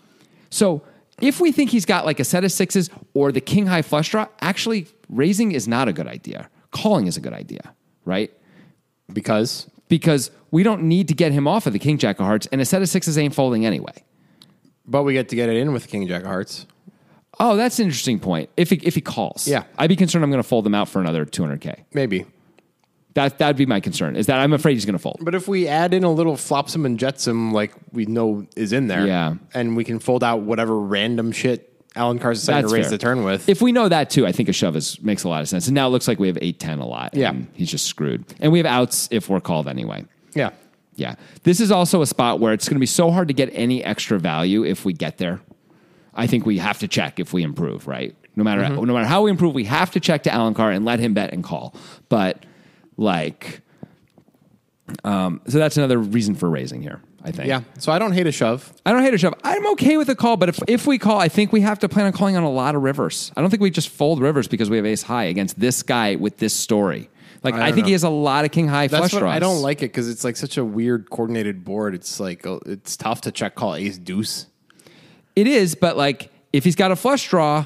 S1: so if we think he's got like a set of sixes or the king high flush draw, actually raising is not a good idea. Calling is a good idea, right?
S3: Because
S1: Because we don't need to get him off of the king jack of hearts, and a set of sixes ain't folding anyway.
S3: but we get to get it in with king jack of hearts.
S1: Oh, that's an interesting point. If he, if he calls,
S3: Yeah.
S1: I'd be concerned. I'm going to fold them out for another 200k.
S3: Maybe.
S1: That that'd be my concern. Is that I'm afraid he's going to fold.
S3: But if we add in a little flopsum and jetsum, like we know is in there,
S1: Yeah.
S3: and we can fold out whatever random shit Alan Carr's decided
S1: That's
S3: to raise
S1: fair.
S3: the turn with.
S1: If we know that too, I think a shove is makes a lot of sense. And now it looks like we have eight ten a lot.
S3: Yeah.
S1: and he's just screwed. And we have outs if we're called anyway.
S3: yeah,
S1: Yeah. This is also a spot where it's going to be so hard to get any extra value if we get there. I think we have to check if we improve, right? No matter
S3: Mm-hmm.
S1: no matter how we improve, we have to check to Alan Carr and let him bet and call. But like um, so that's another reason for raising here. I think.
S3: Yeah. So I don't hate a shove.
S1: I don't hate a shove. I'm okay with a call, but if, if we call, I think we have to plan on calling on a lot of rivers. I don't think we just fold rivers because we have ace high against this guy with this story. Like I,
S3: don't
S1: think he
S3: know.
S1: has a lot of king high
S3: That's
S1: flush
S3: what
S1: draws.
S3: I don't like it because it's like such a weird coordinated board. It's like uh, it's tough to check call ace deuce.
S1: It is, but like if he's got a flush draw,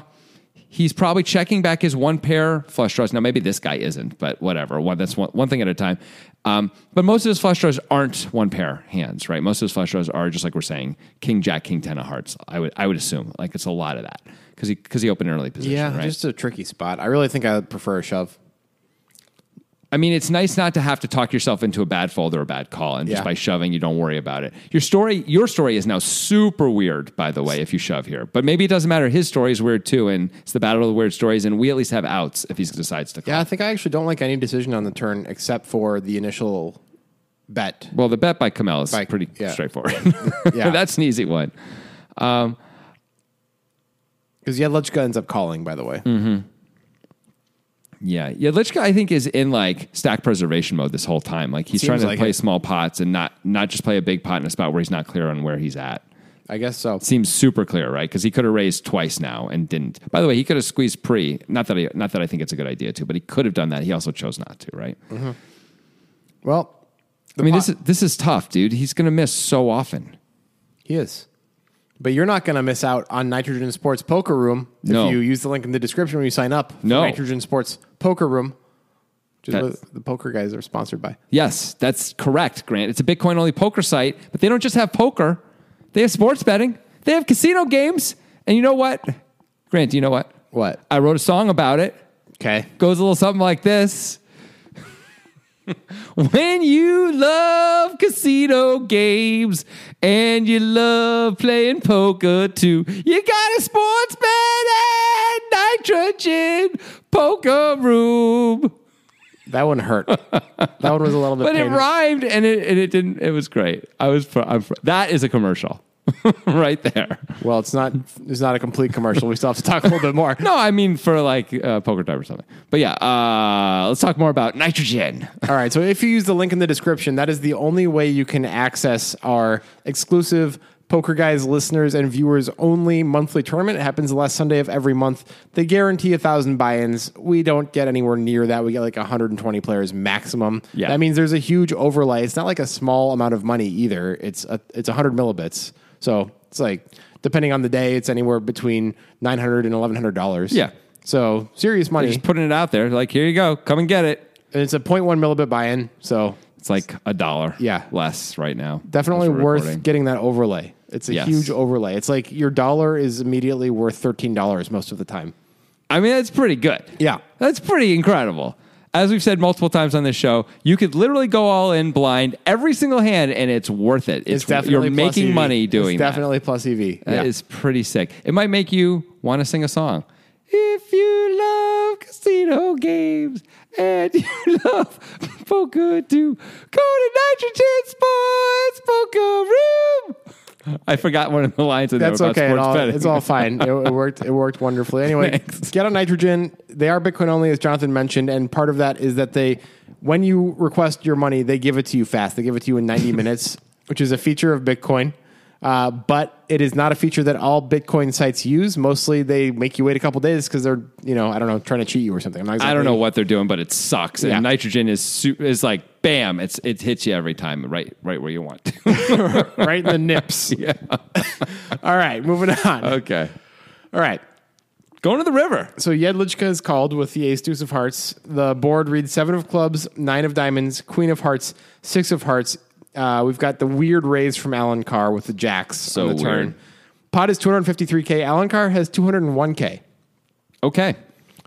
S1: he's probably checking back his one pair flush draws. Now maybe this guy isn't, but whatever. One that's one, one thing at a time. Um, but most of his flush draws aren't one pair hands, right? Most of his flush draws are just like we're saying, king jack, king ten of hearts. I would I would assume like it's a lot of that because he because he opened an early position. right?
S3: just a tricky spot. I really think I prefer a shove.
S1: I mean, it's nice not to have to talk yourself into a bad fold or a bad call, and just
S3: Yeah.
S1: by shoving, you don't worry about it. Your story, your story is now super weird, by the way, if you shove here. But maybe it doesn't matter. His story is weird too, and it's the battle of the weird stories, and we at least have outs if he decides to call.
S3: Yeah, I think I actually don't like any decision on the turn except for the initial bet.
S1: Well, the bet by Kamel is
S3: By-
S1: pretty
S3: yeah.
S1: straightforward.
S3: Yeah.
S1: that's an easy one.
S3: Because Yedlichka ends up calling, by the way.
S1: Yeah, yeah. Lichka, I think, is in like stack preservation mode this whole time. Like he's
S3: Seems
S1: trying to
S3: like
S1: play
S3: it.
S1: small pots and not not just play a big pot in a spot where he's not clear on where he's at.
S3: I guess so.
S1: seems super clear, right? Because he could have raised twice now and didn't. By the way, he could have squeezed pre. Not that I, not that I think it's a good idea to, but he could have done that. He also chose not to, right?
S3: Well,
S1: I mean,
S3: pot-
S1: this is this is tough, dude. He's going to miss so often.
S3: he is. But you're not going to miss out on Nitrogen Sports Poker Room if
S1: No.
S3: you use the link in the description when you sign up. for
S1: No.
S3: Nitrogen Sports Poker Room, which is
S1: That's-
S3: what the poker guys are sponsored by.
S1: Yes, that's correct, Grant. It's a Bitcoin only poker site, but they don't just have poker. They have sports betting. They have casino games, and you know what, Grant? Do you know what?
S3: What?
S1: I wrote a song about it.
S3: Okay.
S1: goes a little something like this. when you love casino games and you love playing poker too, you got a sports bet and nitrogen poker room.
S3: That one hurt. that one was a little bit
S1: But it
S3: painful.
S1: rhymed and it, and it didn't. It was great. I was. Pr- I'm pr- that is a commercial, right there.
S3: Well, it's not it's not a complete commercial. We still have to talk a little bit more.
S1: No, I mean for like uh, poker type or something. But yeah, uh, let's talk more about nitrogen.
S3: All right. So if you use the link in the description, that is the only way you can access our exclusive Poker Guys listeners and viewers only monthly tournament. It happens the last Sunday of every month. They guarantee a thousand buy-ins. We don't get anywhere near that. We get like 120 players maximum.
S1: Yeah.
S3: That means there's a huge overlay. It's not like a small amount of money either. It's a, it's 100 millibits. So it's like depending on the day, it's anywhere between 900 and 1100 dollars.
S1: Yeah.
S3: So serious money.
S1: Just putting it out there. Like here you go. Come and get it.
S3: And it's a 0.1 millibit buy-in. So
S1: It's like a dollar.
S3: Yeah.
S1: Less right now.
S3: Definitely
S1: as we're
S3: worth
S1: recording.
S3: getting that overlay. It's a
S1: Yes.
S3: huge overlay. It's like your dollar is immediately worth thirteen dollars most of the time.
S1: I mean, that's pretty good.
S3: Yeah.
S1: That's pretty incredible. As we've said multiple times on this show, you could literally go all in blind every single hand and it's worth it. It's,
S3: It's definitely
S1: you're
S3: plus
S1: making
S3: EV.
S1: money doing
S3: it's
S1: that.
S3: definitely plus E EV.
S1: That is pretty sick. It might make you want to sing a song. If you love casino games and you love poker too, go to Nitrogen Sports Poker Room. I forgot one of the lines in
S3: That's
S1: there about
S3: okay. It
S1: sports
S3: all,
S1: betting.
S3: it's all fine. It, it worked. It worked wonderfully. Anyway,
S1: Thanks.
S3: get on nitrogen. They are Bitcoin only, as Jonathan mentioned, and part of that is that they, when you request your money, they give it to you fast. They give it to you in 90 minutes, which is a feature of Bitcoin. Uh, but it is not a feature that all Bitcoin sites use. Mostly, they make you wait a couple days because they're, you know, I don't know, trying to cheat you or something. I'm not
S1: I don't
S3: exactly-
S1: know what they're doing, but it sucks.
S3: Yeah.
S1: And nitrogen is su- is like bam, it's it hits you every time, right right where you want. to.
S3: right in the nips. All right, moving on.
S1: okay,
S3: All right.
S1: going to the river.
S3: So Yedlichka is called with the ace deuce of hearts. The board reads seven of clubs, nine of diamonds, queen of hearts, six of hearts. Uh, we've got the weird raise from Alan Carr with the jacks
S1: So
S3: on the turn.
S1: weird.
S3: Pot is 253K. Alan Carr has 201K.
S1: Okay,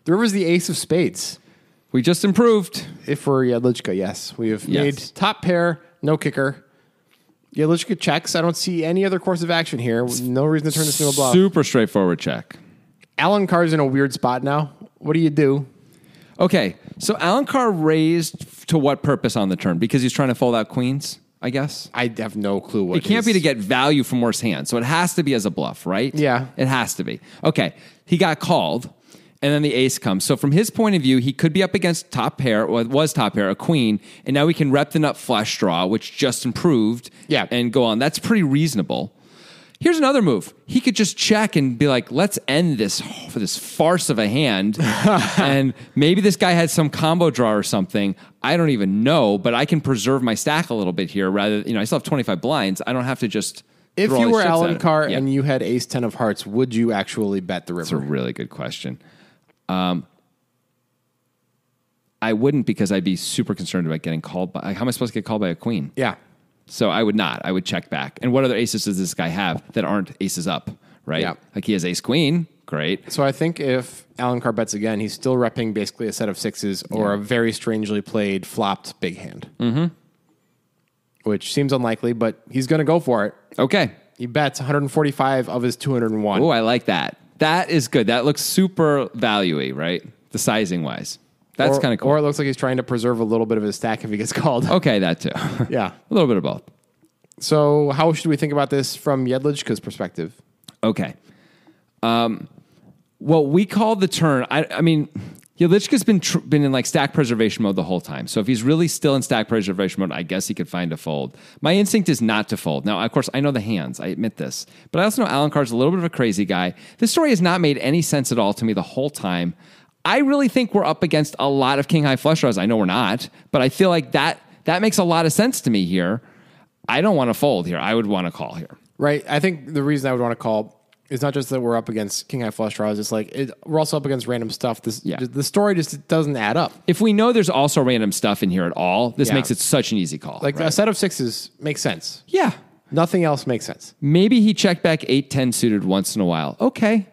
S3: The river's the ace of spades.
S1: we just improved.
S3: If we're Yedlichka, yes. We have
S1: Yes.
S3: made top pair, no kicker. Yedlichka checks. I don't see any other course of action here. No reason to turn this into a bluff.
S1: Super straightforward check.
S3: Alan Carr's in a weird spot now. What do you do?
S1: Okay, so Alan Carr raised f- to what purpose on the turn? Because he's trying to fold out queens, I guess.
S3: I have no clue what
S1: It can't be
S3: his-
S1: to get value from worse hands, so it has to be as a bluff, right?
S3: Yeah.
S1: it has to be. Okay, he got called, and then the ace comes. So from his point of view, he could be up against top pair, or was top pair, a queen, and now we can rep the nut flush draw, which just improved.
S3: Yeah.
S1: And go on. That's pretty reasonable. Here's another move. He could just check and be like, "Let's end this for this farce of a hand." and maybe this guy had some combo draw or something. I don't even know, but I can preserve my stack a little bit here. Rather, you know, I still have 25 blinds. I don't have to just.
S3: If
S1: throw all
S3: you
S1: these
S3: were
S1: chips at
S3: Alan
S1: him.
S3: Carr
S1: Yeah.
S3: and you had ace 10 of hearts, would you actually bet the
S1: That's a
S3: river?
S1: really good question. Um, I wouldn't because I'd be super concerned about getting called by. How am I supposed to get called by a queen?
S3: Yeah.
S1: So I would not. I would check back. And what other aces does this guy have that aren't aces up? Right.
S3: Yeah.
S1: Like he has ace queen. Great.
S3: So I think if Alan Carr bets again, he's still repping basically a set of sixes or a very strangely played flopped big hand. Mm-hmm. Which seems unlikely, but he's going to go for it.
S1: Okay.
S3: He bets 145 of his 201.
S1: Oh, I like that. That is good. That looks super valuey, right? The sizing wise. That's
S3: Or-
S1: kind of cool. Oh.
S3: Or it looks like he's trying to preserve a little bit of his stack if he gets called.
S1: okay, that too.
S3: Yeah.
S1: a little bit of both.
S3: So how should we think about this from Yedlichka's perspective?
S1: Okay. Um, what we call the turn, I, I mean, Yelichka's been tr- been in like stack preservation mode the whole time. So if he's really still in stack preservation mode, I guess he could find a fold. My instinct is not to fold. Now, of course, I know the hands. I admit this, but I also know Alan Carr's a little bit of a crazy guy. This story has not made any sense at all to me the whole time. I really think we're up against a lot of king high flush draws. I know we're not, but I feel like that that makes a lot of sense to me here. I don't want to fold here. I would want to call here.
S3: Right. I think the reason I would want to call is not just that we're up against king high flush draws. It's like it, we're also up against random stuff. This
S1: Yeah.
S3: the story just doesn't add up.
S1: if we know there's also random stuff in here at all, this
S3: Yeah.
S1: makes it such an easy call.
S3: Like
S1: right?
S3: a set of sixes makes sense.
S1: yeah,
S3: Nothing else makes sense.
S1: maybe he checked back eight ten suited once in a while. Okay,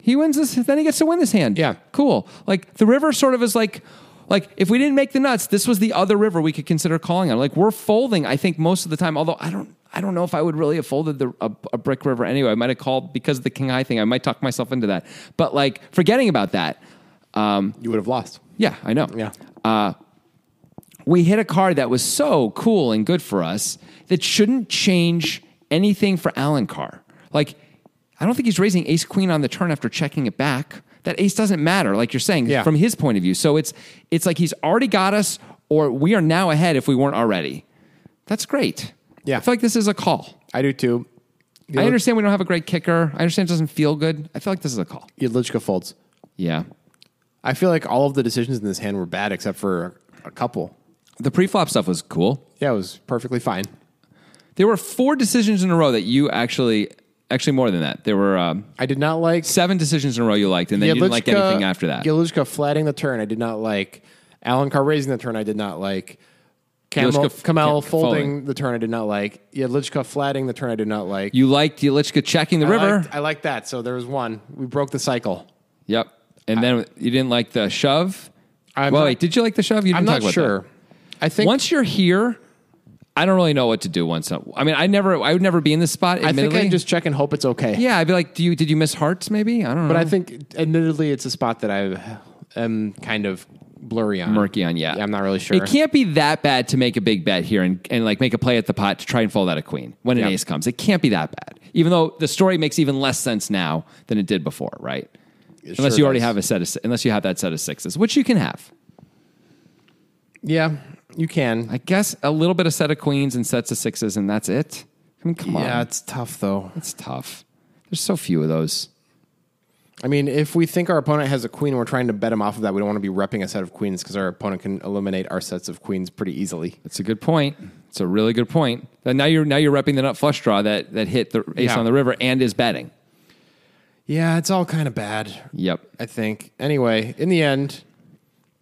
S1: he wins this, then he gets to win this hand.
S3: Yeah.
S1: cool. Like the river sort of is like, like if we didn't make the nuts, this was the other river we could consider calling on. Like we're folding, I think most of the time. Although I don't, I don't know if I would really have folded the, a, a brick river anyway. I might have called because of the king high thing. I might talk myself into that. But like forgetting about that,
S3: You would have lost.
S1: yeah, I know. Uh,
S3: Yeah.
S1: we hit a card that was so cool and good for us that shouldn't change anything for Alan Carr. Like, I don't think he's raising ace queen on the turn after checking it back. That ace doesn't matter, like you're saying,
S3: Yeah.
S1: from his point of view. So it's it's like he's already got us, or we are now ahead if we weren't already. That's great.
S3: Yeah.
S1: I feel like this is a call.
S3: I do too.
S1: I
S3: know-
S1: understand we don't have a great kicker. I understand it doesn't feel good. I feel like this is a call.
S3: Yedlichka folds.
S1: Yeah.
S3: I feel like all of the decisions in this hand were bad except for a couple.
S1: The pre-flop stuff was cool.
S3: Yeah, it was perfectly fine.
S1: There were four decisions in a row that you actually, actually more than that. There were um,
S3: I did not like
S1: seven decisions in a row you liked, and then you didn't like
S3: Yedlichka-
S1: anything after that.
S3: Yedlichka flatting the turn, I did not like. Alan Carr raising the turn, I did not like. Kamal,
S1: Yedlichka-
S3: Kamal
S1: Kam-
S3: folding,
S1: folding.
S3: the turn, I did not like. Yedlichka flatting the turn, I did not like.
S1: you liked Yelichka checking the
S3: I
S1: river.
S3: liked- I like that. So there was one. We broke the cycle.
S1: yep. And then you didn't like the shove.
S3: I'm
S1: well,
S3: not-
S1: wait, did you like the shove? You didn't
S3: I'm
S1: talk
S3: not
S1: about
S3: sure. I
S1: that.
S3: think
S1: Once you're here, I don't really know what to do. Once I'm, I mean, I never, I would never be in this spot.
S3: I think
S1: Admittedly,
S3: I just check and hope it's okay.
S1: yeah, I'd be like, do you did you miss hearts? Maybe I don't know.
S3: But I think, admittedly, it's a spot that I am kind of blurry on.
S1: murky on yeah.
S3: I'm not really sure.
S1: It can't be that bad to make a big bet here and, and like make a play at the pot to try and fold out a queen when an
S3: Yeah.
S1: ace comes. It can't be that bad. Even though the story makes even less sense now than it did before, right? unless
S3: sure
S1: you already
S3: does.
S1: have a set of unless you have that set of sixes, which you can have.
S3: Yeah, you can.
S1: I guess a little bit of set of queens and sets of sixes and that's it. I mean, come
S3: yeah,
S1: on.
S3: it's tough though.
S1: It's tough. There's so few of those.
S3: I mean, if we think our opponent has a queen and we're trying to bet him off of that, we don't want to be repping a set of queens because our opponent can eliminate our sets of queens pretty easily.
S1: That's a good point. It's a really good point. And now you're now you're repping the nut flush draw that that hit the ace
S3: Yeah.
S1: on the river and is betting.
S3: Yeah, it's all kind of bad,
S1: Yep.
S3: I think. Anyway, in the end,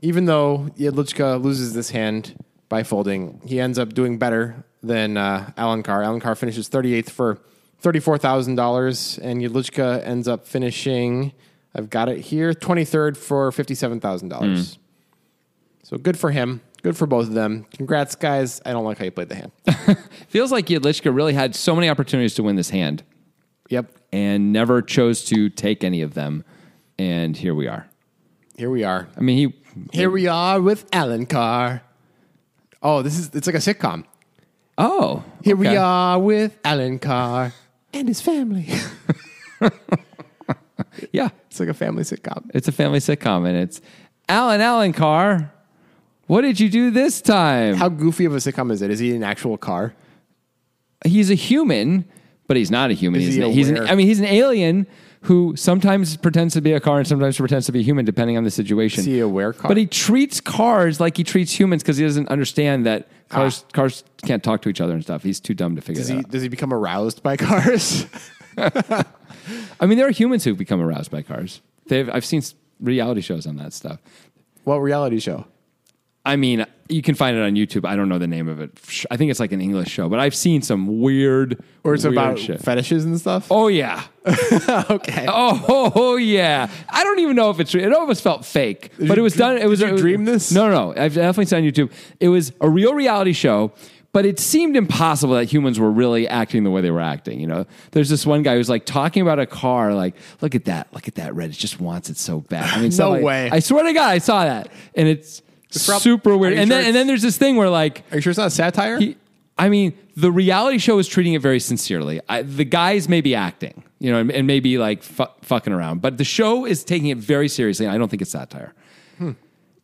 S3: even though Yedlichka loses this hand by folding, he ends up doing better than uh, Alan Carr. Alan Carr finishes 38th for $34,000, and Yedlichka ends up finishing, I've got it here, 23rd for $57,000. Hmm. So good for him. Good for both of them. Congrats, guys. I don't like how you played the hand.
S1: Feels like Yedlichka really had so many opportunities to win this hand
S3: yep.
S1: and never chose to take any of them. And here we are.
S3: Here we are.
S1: I mean, he.
S3: Here we are with Alan Carr. Oh, this is, it's like a sitcom.
S1: Oh.
S3: Here we
S1: okay.
S3: are with Alan Carr and his family.
S1: Yeah,
S3: It's like a family sitcom.
S1: it's a family sitcom, and it's Alan Alan Carr. What did you do this time?
S3: How goofy of a sitcom is it? Is he an actual car?
S1: he's a human, but he's not a human.
S3: Is
S1: he's
S3: he
S1: an, he's an-
S3: aware?
S1: I mean, he's an alien who sometimes pretends to be a car and sometimes pretends to be a human, depending on the situation.
S3: Is he a aware car?
S1: But he treats cars like he treats humans because he doesn't understand that cars cars can't talk to each other and stuff. He's too dumb to figure
S3: Ah. Does
S1: that
S3: he
S1: out.
S3: does he become aroused by cars?
S1: I mean, there are humans who become aroused by cars. They've, I've seen s- reality shows on that stuff.
S3: what reality show?
S1: I mean, you can find it on YouTube. I don't know the name of it. I think it's like an English show, but I've seen some weird
S3: Or it's
S1: weird
S3: about
S1: shit.
S3: fetishes and stuff?
S1: Oh yeah.
S3: okay.
S1: Oh, oh, oh, yeah. I don't even know if it's real. It almost felt fake, but it
S3: you
S1: was
S3: dream-
S1: done. It was
S3: did you
S1: it was-
S3: dream this?
S1: No, no. I've definitely seen it on YouTube. It was a real reality show, but it seemed impossible that humans were really acting the way they were acting. You know, there's this one guy who's like talking about a car, like, look at that, look at that red. It just wants it so bad. I mean,
S3: No
S1: stuff like-
S3: way.
S1: I swear to God, I saw that, and it's
S3: prob-
S1: super
S3: Are
S1: weird.
S3: you
S1: And
S3: sure
S1: then
S3: it's-
S1: and then there's this thing where like
S3: Are you sure it's not satire?
S1: he- I mean, the reality show is treating it very sincerely. I, the guys may be acting, you know, and, and maybe like fu- fucking around, but the show is taking it very seriously, and I don't think it's satire.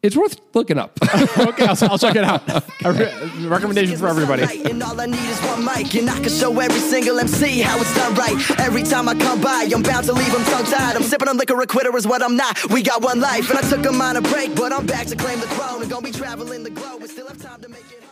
S1: It's worth looking up.
S3: okay, I'll, I'll check it out. A re- recommendation for everybody.
S2: And all I need is one mic, and I can show every single MC how it's done right. Every time I come by, I'm bound to leave them tongue tied. I'm sipping on liquor, a quitter is what I'm not. We got one life, and I took a minor break, but I'm back to claim the throne. And gonna be traveling the globe, and still have time to make it home.